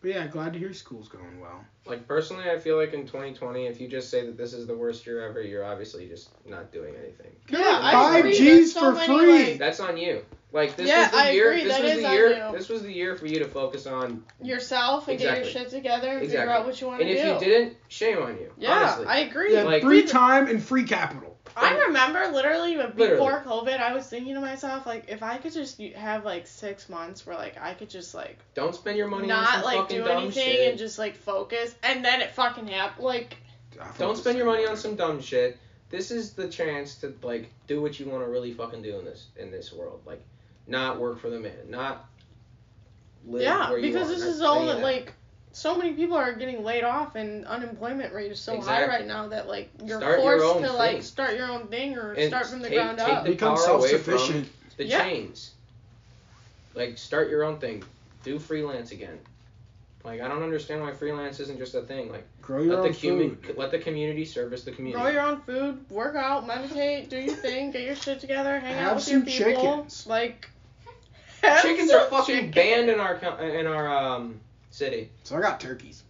But yeah, glad to hear school's going well. Like personally, I feel like in 2020, if you just say that this is the worst year ever, you're obviously just not doing anything. Yeah, I Five agree. G's There's for so many, free. like, That's on you. Like this Yeah, was the I year. agree, This that was is the on year. you. This was the year for you to focus on. Yourself and get Exactly. your shit together and figure Exactly. out what you want And to do. if you didn't, shame on you. yeah, honestly. I agree. Yeah, Like- free time and free capital. I remember literally before Literally. COVID, I was thinking to myself like, if I could just u- have like six months where like I could just like Don't spend your money on not some like fucking do dumb anything shit. and just like focus, and then it fucking happened. Like I felt Don't the spend your same money way. on some dumb shit. This is the chance to like do what you want to really fucking do in this in this world. Like, not work for the man. Not. Live yeah, where you because are. this Not is all any of that like so many people are getting laid off and unemployment rate is so Exactly. high right now that like you're Start your forced own to like thing. start your own thing or And start from the take- ground take up. the Become power away self-sufficient. the Yeah. chains. Like start your own thing. Do freelance again. Like I don't understand why freelance isn't just a thing. Like Grow your let the own human food. let the community service the community. Grow your own food, work out, meditate, do your thing, get your shit together, hang Have out with some your people. chickens. Like have Chickens some are fucking chicken. banned in our co- in our um city So I got turkeys.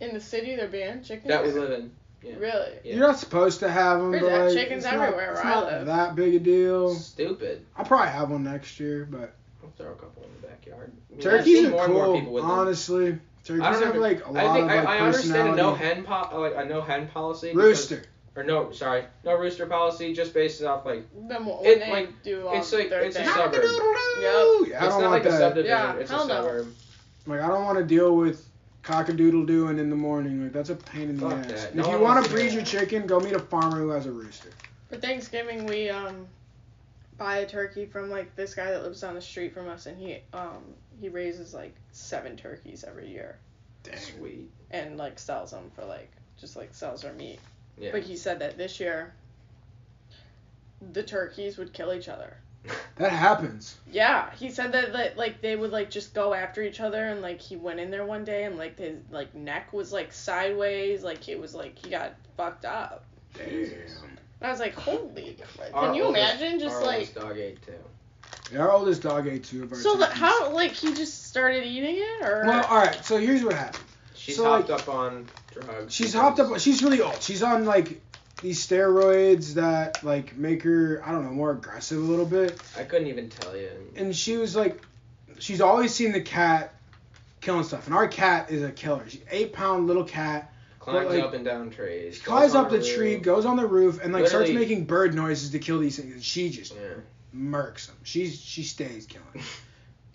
in the city. They're banned chickens. that we live in. Yeah. really. Yeah. You're not supposed to have them, There's but like, chickens it's everywhere not, where it's I not live. that big a deal. Stupid. I'll probably have one next year, but I'll throw a couple in the backyard. I mean, I've turkeys seen are more and more people cool. with them. honestly, turkeys I don't have under- like a lot I think of like I, personality. I understand a no hen po- like a no hen policy. because- Rooster. or no, sorry, no rooster policy. Just based off like Then when It, they like, do all it's like- their it's a thing. suburb. Yep. Yeah, I it's don't not want like a that. subdivision. Yeah, it's hell a no. suburb. like I don't want to deal with cockadoodle doing in the morning. Like that's a pain in the Fuck ass. that. If No you one want wants to to breed do your chicken, go meet a farmer who has a rooster. For Thanksgiving, we um buy a turkey from like this guy that lives down the street from us, and he um he raises like seven turkeys every year Dang. Sweet. and like sells them for like just like sells their meat. Yeah. But he said that this year the turkeys would kill each other. That happens. Yeah, he said that, that like they would like just go after each other and like he went in there one day and like his like neck was like sideways, like it was like he got fucked up. Damn. And I was like, holy crap. Our Can you oldest- imagine just our like oldest dog ate too. Yeah, our oldest dog ate two of our So the, turkeys. how like he just started eating it or Well, uh, all right. So here's what happened. She's So, hopped like- up on drugs. She's because- hopped up. She's really old. She's on like these steroids that like make her I don't know more aggressive a little bit. I couldn't even tell you. And she was like, she's always seen the cat killing stuff. And our cat is a killer. She's an eight pound little cat. Climbs like, up and down trees. She goes climbs on up a the tree, roof. goes on the roof, and like starts Literally- making bird noises to kill these things. And she just Yeah. murks them. She's she stays killing.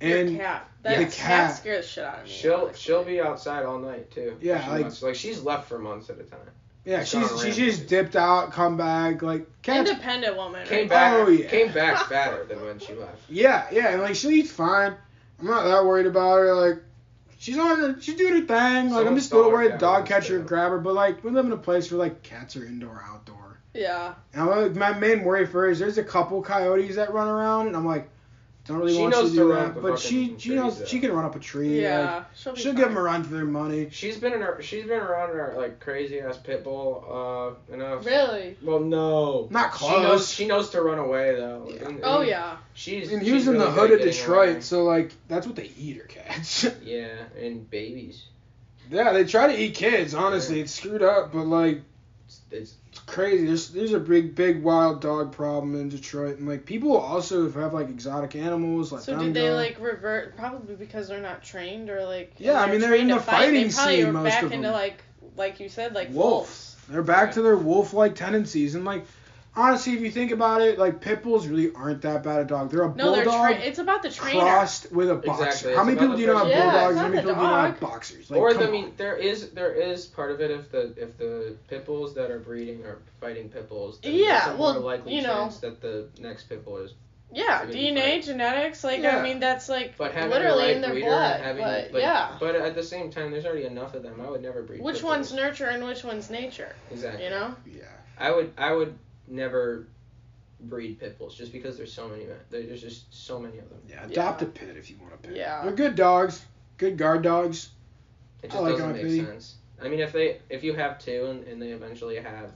Your And cat. yeah, That the cat cat- scared the shit out of me. She'll honestly. she'll be outside all night too. Yeah, She like- must- like she's left for months at a time. yeah, She's gone she's she's rampant. just dipped out, come back, like cats. independent woman. Came Right? back Oh, yeah. came back fatter than when she left. Yeah, yeah, and like she'll eat fine. I'm not that worried about her. Like she's on her, she's doing her thing. Like I'm Someone just a little stole her worried the cat dog once, catcher too. grab her, but like we live in a place where like cats are indoor outdoor. Yeah. And I'm, like, my main worry for her is there's a couple coyotes that run around, and I'm like, don't really She want you knows to to do run up that. the But she fucking she knows trees, she though. can run up a tree. Yeah. she'll Like, be uh, she'll fine. give them a run for their money. She's been in her she's been around her like crazy ass pit bull uh enough. Really? Well no. Not She knows close. she knows to run away though. Yeah. And- Oh and yeah. She's And she's he was in really the good hood at of getting Detroit, away. so like that's what they eat are cats. Yeah, and babies. yeah, they try to eat kids. Honestly, Yeah. it's screwed up, but like. It's, it's It's crazy. There's there's a big big wild dog problem in Detroit, and like people also have like exotic animals like. So them did they go- like revert? Probably because they're not trained or like. Yeah, I mean, they're trained in to the fight, fighting they probably scene, Are most back of into them. like like you said like Wolves. wolves. They're back to their wolf like tendencies, and like honestly, if you think about it, like pit bulls really aren't that bad a dog. They're a No, they're bulldog trained. It's about the trainer. crossed with a boxer. Exactly, How it's many about people the do you know have person. Yeah, it's bulldogs? not How many the people do you know have dog. boxers? Like, or come the, I on. mean, there is there is part of it if the if the pit bulls that are breeding are fighting pit bulls. Then Yeah, there's a more well, likely you know. chance that the next pit bull is Yeah, It'd be DNA, fine. genetics, like Yeah. I mean that's like But having literally the in right their breeder, blood. having, but, but yeah. But at the same time, there's already enough of them. I would never breed. pit Which bulls. one's nurture and which one's nature? Exactly. You know? Yeah. I would I would never breed pit bulls just because there's so many. there- There's just so many of them. Yeah. Adopt a pit if you want a pit. Yeah. They're good dogs. Good guard dogs. It I just like doesn't make RP. sense. I mean, if they if you have two and, and they eventually have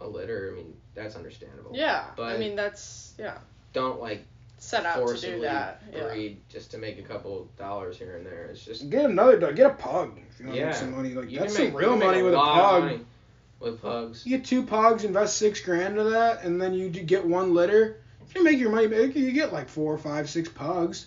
a litter, I mean that's understandable. Yeah. I But- mean that's yeah. Don't like Set out to do forcibly that. Yeah. breed just to make a couple dollars here and there. It's just Get another dog. Get a pug if you want to Yeah. make some money. Like you that's can make, some you real can make money with a lot of pug. money With pugs. You get two pugs, invest six grand into that, and then you do get one litter. You make your money back. You get like four, five, six pugs.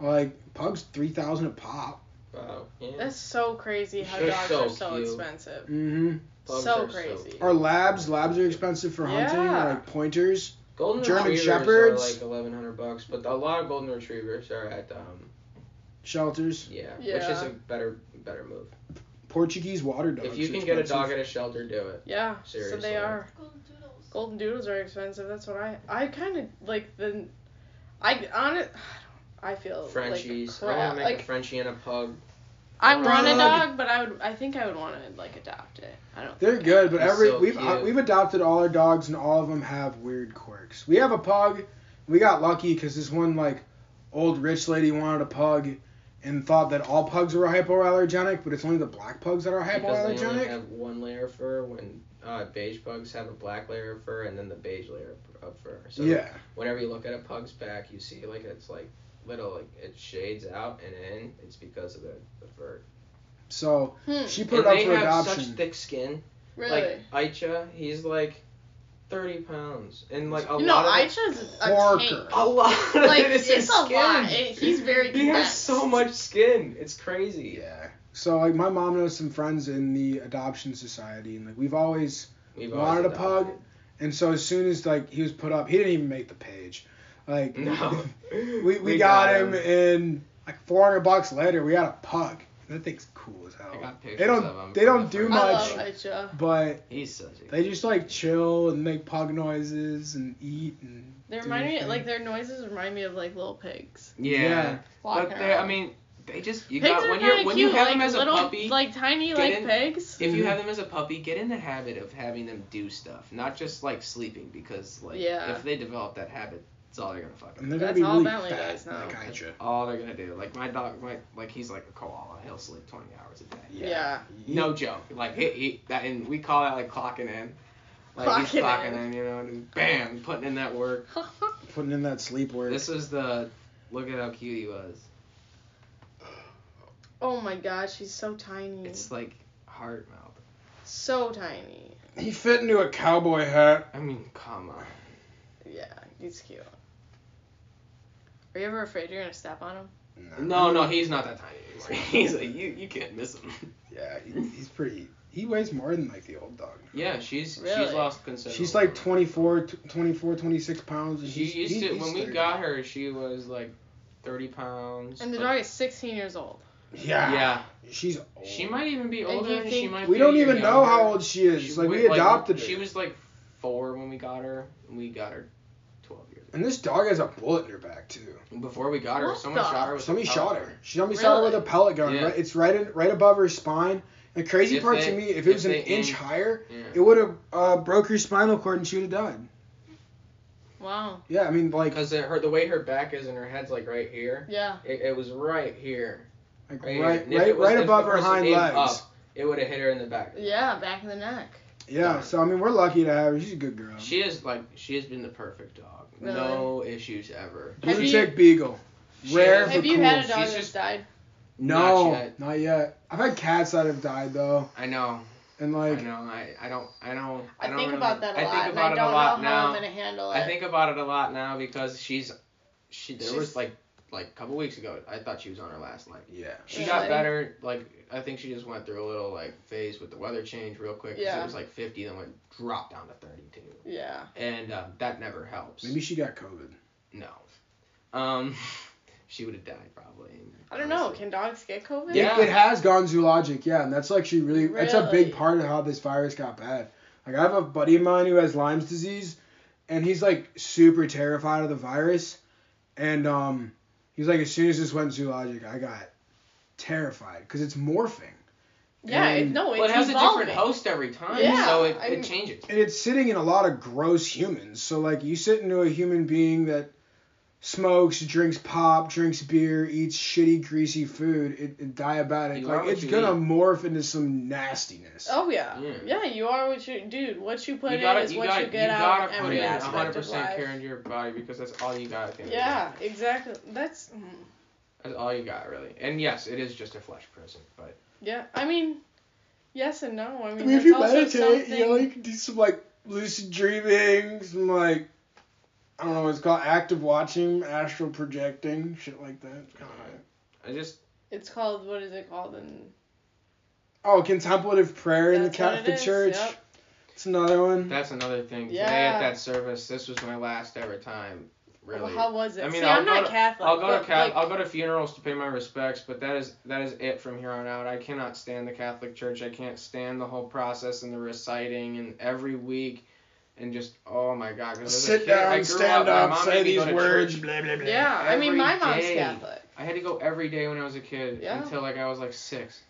Like pugs, three thousand a pop. Wow. Yeah. That's so crazy how They're dogs so are so cute. expensive. Mm-hmm. Pugs so are crazy. cute. Or labs. Labs are expensive for hunting. Yeah. Or like pointers. Golden German retrievers Shepherds. are like eleven hundred bucks, but a lot of golden retrievers are at um Shelters. yeah, which is Yeah. a better better move. Portuguese water dogs. if you are can get a dog expensive. at a shelter, do it. Yeah. So Seriously. they are. Golden doodles. Golden doodles are expensive. That's what I I kind of like the I on it. I feel Frenchies. Oh, like I want to crap. make a Like Frenchie and a pug. I want a Dog. dog, but I would I think I would want to like adopt it. I don't. They're think I good, but They're every so we've cute. uh, we've adopted all our dogs, and all of them have weird quirks. We have a pug. We got lucky because this one like old rich lady wanted a pug, and thought that all pugs were hypoallergenic, but it's only the black pugs that are Because they only hypoallergenic. have one layer of fur when uh, beige pugs have a black layer of fur and then the beige layer of- of fur. So yeah, whenever you look at a pug's back, you see like it's like little like it shades out and in. It's because of the, the fur. so Hmm, she put And it up they for have adoption. such thick skin. really. Like Aicha, he's like thirty pounds, and like a you know, lot of it- Aisha's a Porker. tank. a lot of Like it is it's, his a skin. lot. It- he's very. He has condensed. so much skin. It's crazy. yeah. So like my mom knows some friends in the adoption society, and like we've always We've Wanted always a pug? adopted. and so as soon as like he was put up, he didn't even make the page. Like No. we, we, got, him, and like 400 bucks later, we got a pug. That thing's cool as I hell. got pictures They don't- of him they for don't the do I first much. love time. Aisha. But He's such a. they just like chill and make pug noises and eat and. They do remind me their like thing. their noises remind me of like little pigs. yeah. yeah. Walking But they, I around. mean, they just you pigs got are when kinda you when cute, you have like them as a little, puppy. like mm. tiny get like in- pigs. if you have them as a puppy, get in the habit of having them do stuff, not just like sleeping, because like Yeah. if they develop that habit, it's all they're gonna fucking. And they're That's gonna be all really Bentley fat, does now. Like That's Aisha. all they're gonna do. Like my dog, my like he's like a koala. He'll sleep 20 hours a day. Yeah. No joke. Like he, he that, and we call that like clocking in. Like he's Clocking clocking in. in. you know, and just bam, putting in that work. Putting in that sleep word. This was the look at how cute he was. oh my gosh, he's so tiny. It's like heart mouth. so tiny. He fit into a cowboy hat. I mean, come on. Yeah, he's cute. Are you ever afraid you're gonna step on him? No, no, he's not that tiny anymore. He's like you, you can't miss him. Yeah, he, he's pretty. He weighs more than like the old dog. Yeah, she's she's Really? lost considerable. She's like amount. 24, t- 24, 26 pounds. and She he's- used he- to he's when we 30. got her, she was like 30 pounds. And the but- dog is 16 years old. Yeah. Yeah, She's old. she might even be And older. you she think- might. We be don't even know younger. how old she is. She- like we we- adopted her. She was like four when we got her. and We got her 12 years And this dog has a bullet in her back too. ago. Before we got her, What someone the- shot her. With Somebody a shot pellet. her. She somebody shot her with a Really? pellet gun. Oh, Yeah. Right, it's right in, right above her spine. The crazy If part they- to me, if if it was an they inch aim- higher, Yeah. it would have uh, broke her spinal cord and she would have died. Wow. Yeah, I mean like Because her the way her back is and her head's like right here. Yeah. It, it was right here. like Right right here. right, And if right, it was- if the above her person hind aimed legs. up, It would have hit her in the back. Yeah, back of the neck. Yeah, so I mean we're lucky to have her. She's a good girl. She is like she has been the perfect dog. Really? No issues ever. Blue Have you- check beagle. She Rare is- They're Have you cool. had a dog She's that's just- died? No, Not yet. not yet. I've had cats that have died though, I know. and I like know. I, I don't. I don't. I, don't think really- about that a I lot. think and about I it don't a lot know how now. I'm gonna handle it. I think about it a lot now because she's she there was She's- like like a couple weeks ago I thought she was on her last leg. yeah. She Yeah. got better like I think she just went through a little like phase with the weather change real quick. 'cause Yeah. It was like 50 then went drop down to 32 Yeah. and um, that never helps. Maybe she got COVID. No. Um, she would have died probably. I don't know. honestly. Can dogs get COVID? Yeah. It, it has gone zoologic, yeah, and that's like she really, that's a Really? big part of how this virus got bad. Like I have a buddy of mine who has Lyme's disease, and he's like super terrified of the virus, and um, he's like, as soon as this went zoologic, I got terrified because it's morphing. Yeah, it, And- no, it's Well, it has a evolving. different host every time, Yeah, so it, I'm- it changes. and it's sitting in a lot of gross humans. So like you sit into a human being that smokes, drinks pop, drinks beer, eats shitty greasy food, it, it diabetic. You are like what it's you gonna eat. morph into some nastiness. Oh yeah. Yeah. yeah, You are what you, dude. What you put You in gotta, is you what gotta, you get out gotta of put every in aspect 100 of life. percent care into your body because that's all you got. At the end of the day. Yeah, exactly. That's mm, that's all you got really. And yes, it is just a flesh prison, but yeah. I mean, yes and no. I I mean, mean, if that's you also meditate, something. you know, you can do some like lucid dreaming, some like I don't know what it's called, active watching, astral projecting, shit like that. It's kinda high. I just It's called what is it called? And Oh, contemplative prayer in the That's what it Catholic is, Church. yep. It's another one. that's another thing. Today Mm-hmm. Yeah. at that service, this was my last ever time. Really. how was it? I mean, See, I'll am go not to- Catholic. I'll go to but, cat- like, I'll go to funerals to pay my respects, but that is that is it from here on out. I cannot stand the Catholic Church. I can't stand the whole process and the reciting and every week, and just oh my god. 'cause as a Sit kid, I down, grew stand my up, mom say made me go these to words, church. blah blah blah. yeah, I mean, my every mom's day. Catholic. I had to go every day when I was a kid Yeah. until like I was like six,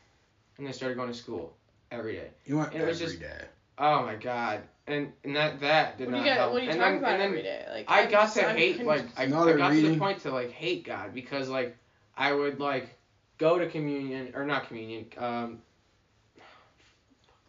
and I started going to school every day. You want It was every just- day. Oh my god. And, and that that did What do you not get? help. What do you and talk then, about and then every day? Like I I'm got just- to I'm hate con- like I, I Now they're got to the reading. point to like hate God because like I would like go to communion or not communion um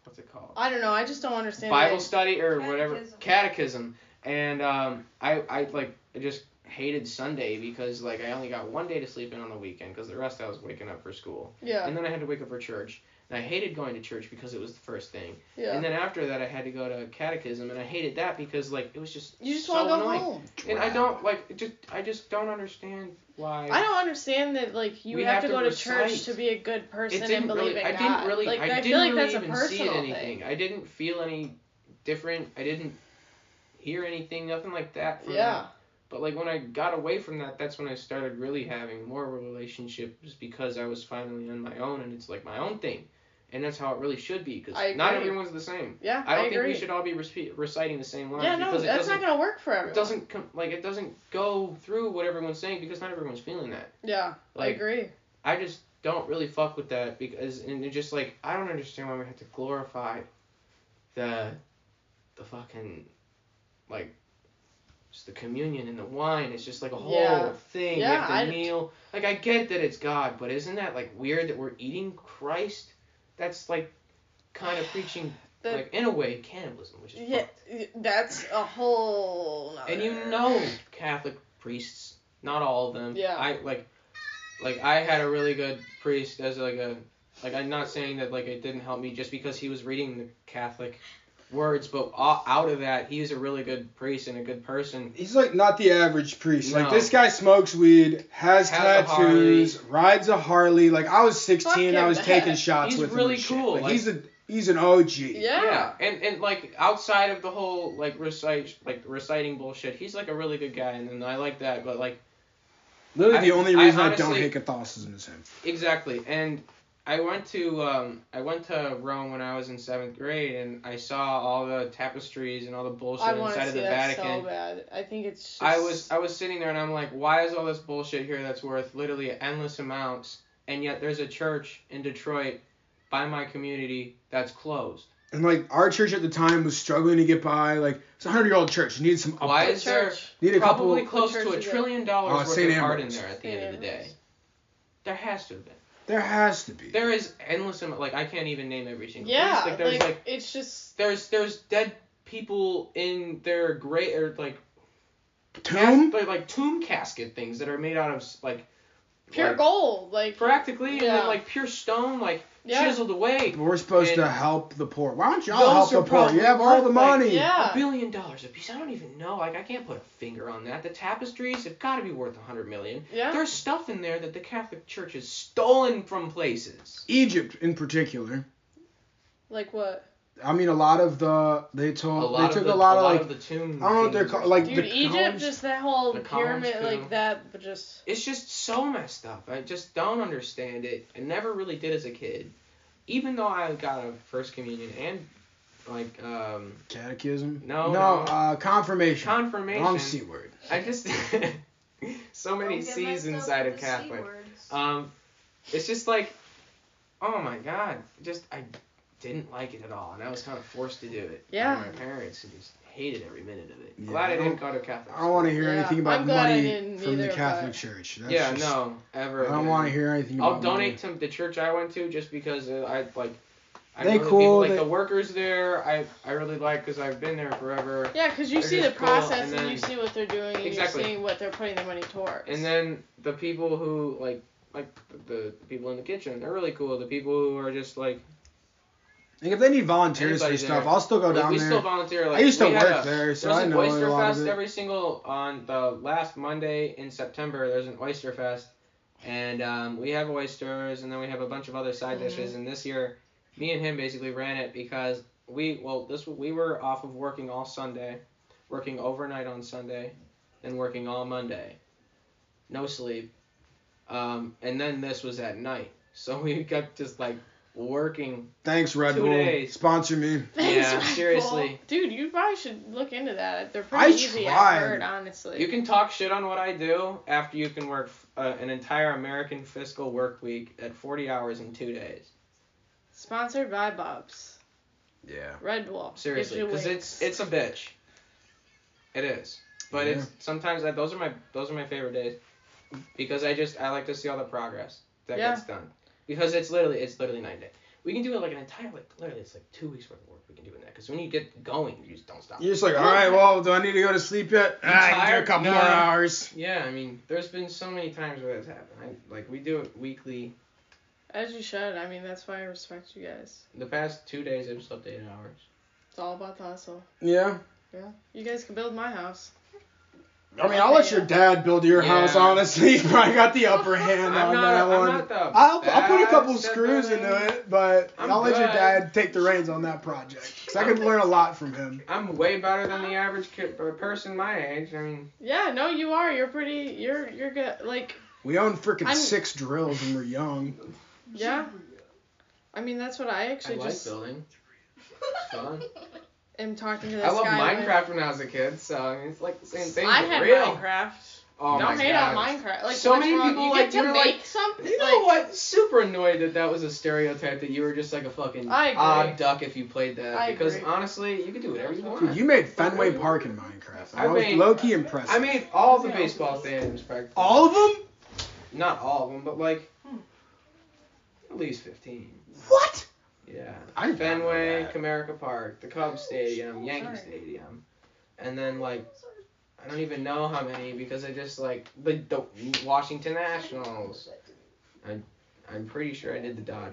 what's it called I don't know. I just don't understand. Bible it. study or whatever Catechism. catechism and um I I like I just hated Sunday because like I only got one day to sleep in on the weekend because the rest I was waking up for school Yeah, and then I had to wake up for church and I hated going to church because it was the first thing yeah. and then after that I had to go to catechism and I hated that because like it was just you just so want to go annoying. home. And I don't like it just I just don't understand why I don't understand that like you We have, have to to go to church recite. to be a good person it didn't and believe really in I God. didn't really like I, didn't feel like really that's a even see it personal anything. thing. I didn't feel any different. I didn't hear anything, nothing like that from Yeah. that. But like when I got away from that, that's when I started really having more of a relationship, just because I was finally on my own and it's like my own thing, and that's how it really should be. Because I not agree. everyone's the same. Yeah, I don't think agree. we should all be respe- reciting the same lines Yeah, no, because it that's doesn't not gonna work for everyone. it doesn't com- like it doesn't go through what everyone's saying because not everyone's feeling that. Yeah, I Like, agree. I just don't really fuck with that because and it's just like I don't understand why we have to glorify the the fucking like just the communion and the wine. It's just like a whole Yeah. thing. Yeah, you have to I- kneel. Like I get that it's God, but isn't that like weird that we're eating Christ? That's like kind of preaching That- like in a way cannibalism, which is Yeah, fucked. that's a whole. Nother... And you know Catholic priests, not all of them. Yeah. I like like I had a really good priest as like a like I'm not saying that like it didn't help me just because he was reading the Catholic words, but o- out of that he's a really good priest and a good person. He's like not the average priest. Like No. this guy smokes weed, has, Has a tattoos, rides a Harley. Like I was 16, Fuck and I him. was taking shots He's with really him. and shit. cool, Like, like- he's a he's an OG. Yeah. And and like outside of the whole like recite like reciting bullshit, he's like a really good guy and, and I like that, but like Literally, the I- only I reason I, don't honestly- hate Catholicism is him. Exactly, and I went to um, I went to Rome when I was in seventh grade, and I saw all the tapestries and all the bullshit I want inside to of see the that Vatican. so bad. I think it's. Just... I was I was sitting there and I'm like, why is all this bullshit here that's worth literally endless amounts, and yet there's a church in Detroit by my community that's closed. And like our church at the time was struggling to get by. Like it's a hundred year old church. It needed some. Why upgrades. is there Church. Need a probably couple- close to What a church is it? trillion dollars Uh, worth St. of art in Ambrose. there at the end of the day? Ambrose. There has to have been. There has to be. There is endless amount. Like I can't even name every single. Yeah, place. Like like, there's like it's just. there's there's dead people in their grave or like Tomb. cas- like, like tomb casket things that are made out of s- like Pure like, gold, like practically and Yeah. then like pure stone like Yeah. chiseled away But we're supposed And- to help the poor. Why don't Those y'all help are the poor? probably You have all worth, the like, money. yeah. a billion dollars a piece I don't even know like I can't put a finger on that the tapestries have got to be worth a hundred million Yeah. there's stuff in there that the Catholic Church has stolen from places Egypt in particular. like what? I mean, a lot of the they a took they lot took of a the, lot of like the tomb I don't know what they're things are called, like, stolen. Dude, the Egypt, columns- just that whole The columns, pyramid, too. like that, but just. it's just so messed up. I just don't understand it. I never really did as a kid. Even though I got a first communion and like um Catechism? No, No, no. Uh, confirmation. confirmation. Wrong C word. I just so many Don't get C's myself inside of with the C Catholic. words. Um, it's just like, oh my God, just I didn't like it at all, and I was kind of forced to do it. by Yeah. My parents who just hated every minute of it. Yeah, Glad I I don't- didn't go to Catholic. I don't want to school. hear Yeah, anything about I'm glad I money didn't from the either, Catholic but- Church. That's Yeah, just- no, ever. I don't again. want to hear anything about I'll money. donate to the church I went to just because uh, I like. I They know the cool, people, like they- the workers there. I I really like because I've been there forever. Yeah, because you They're see the just cool, and process and, you then- see what they're doing and Exactly. you're seeing what they're putting their money towards. And then the people who like like the the people in the kitchen, they're really cool. The people who are just like Like, if they need volunteers for Anybody stuff, there. I'll still go Like, down we there. still volunteer. Like, I used to we had work a- there, so there's I an know a oyster lot fest of it. every single on the last Monday in September. There's an oyster fest, and um, we have oysters, and then we have a bunch of other side Mm-hmm. dishes. And this year, me and him basically ran it because we well this we were off of working all Sunday, working overnight on Sunday, then working all Monday, no sleep, um, and then this was at night. So we kept just like working. Thanks, Red Two Bull. days. Sponsor me. Thanks, yeah, Red Bull. seriously. Dude, you probably should look into that. They're I pretty easy tried. at Bird, honestly. You can talk shit on what I do after you can work uh, an entire American fiscal work week at 40 hours in two days. Sponsored by Bob's. Yeah. Red Bull. Gives Seriously, you because wings. it's it's a bitch. It is, but it's sometimes I, those are my those are my favorite days because I just I like to see all the progress that Yeah. gets done because it's literally it's literally nine days. We can do it like an entire like literally it's like two weeks worth of work we can do in that because when you get going you just don't stop. You're just like, all right, well, do I need to go to sleep yet? You Ah, I can do a tired? couple No. more hours. Yeah, I mean there's been so many times where that's happened. I, like we do it weekly. As you should. I mean, that's why I respect you guys. The past two days I've slept eight hours. It's all about the hustle. Yeah. You guys can build my house. I mean, I'll let your dad build your house, Yeah. honestly. He probably got the upper hand I'm on not, that I'm one. not the I'll, I'll put a best couple at screws that. into it, but i I'm will let your good. dad take the reins on that project. Because I could learn a lot from him. I'm way better than the average kid, or person my age. I mean, Yeah, no, you are. You're pretty. You're you're good. Like, We own freaking I'm- six drills and we're young. yeah. I mean, that's what I I actually like just building. It's fun. am talking to this I love guy. with. Minecraft when I was a kid, so I mean, it's like the same thing. I but had real. Minecraft. Oh Don't my hate God. on Minecraft. Like So what's many wrong? people, you like, get to you're make like- something. You know like, what? Super annoyed that that was a stereotype that you were just like a fucking I agree. odd duck if you played that. I because agree. honestly, you could do whatever you Dude, want. you made Fenway Park in Minecraft. I, I was made- low key impressed. I made all the baseball stadiums practically. all of them? Not all of them, but like Hmm. at least fifteen. What? Yeah. I did not know Fenway, that. Oh, Comerica Park, the Cubs Stadium, Yankee Stadium, and then like I don't even know how many because I just like the, the Washington Nationals. I I'm pretty sure I did the Dodgers.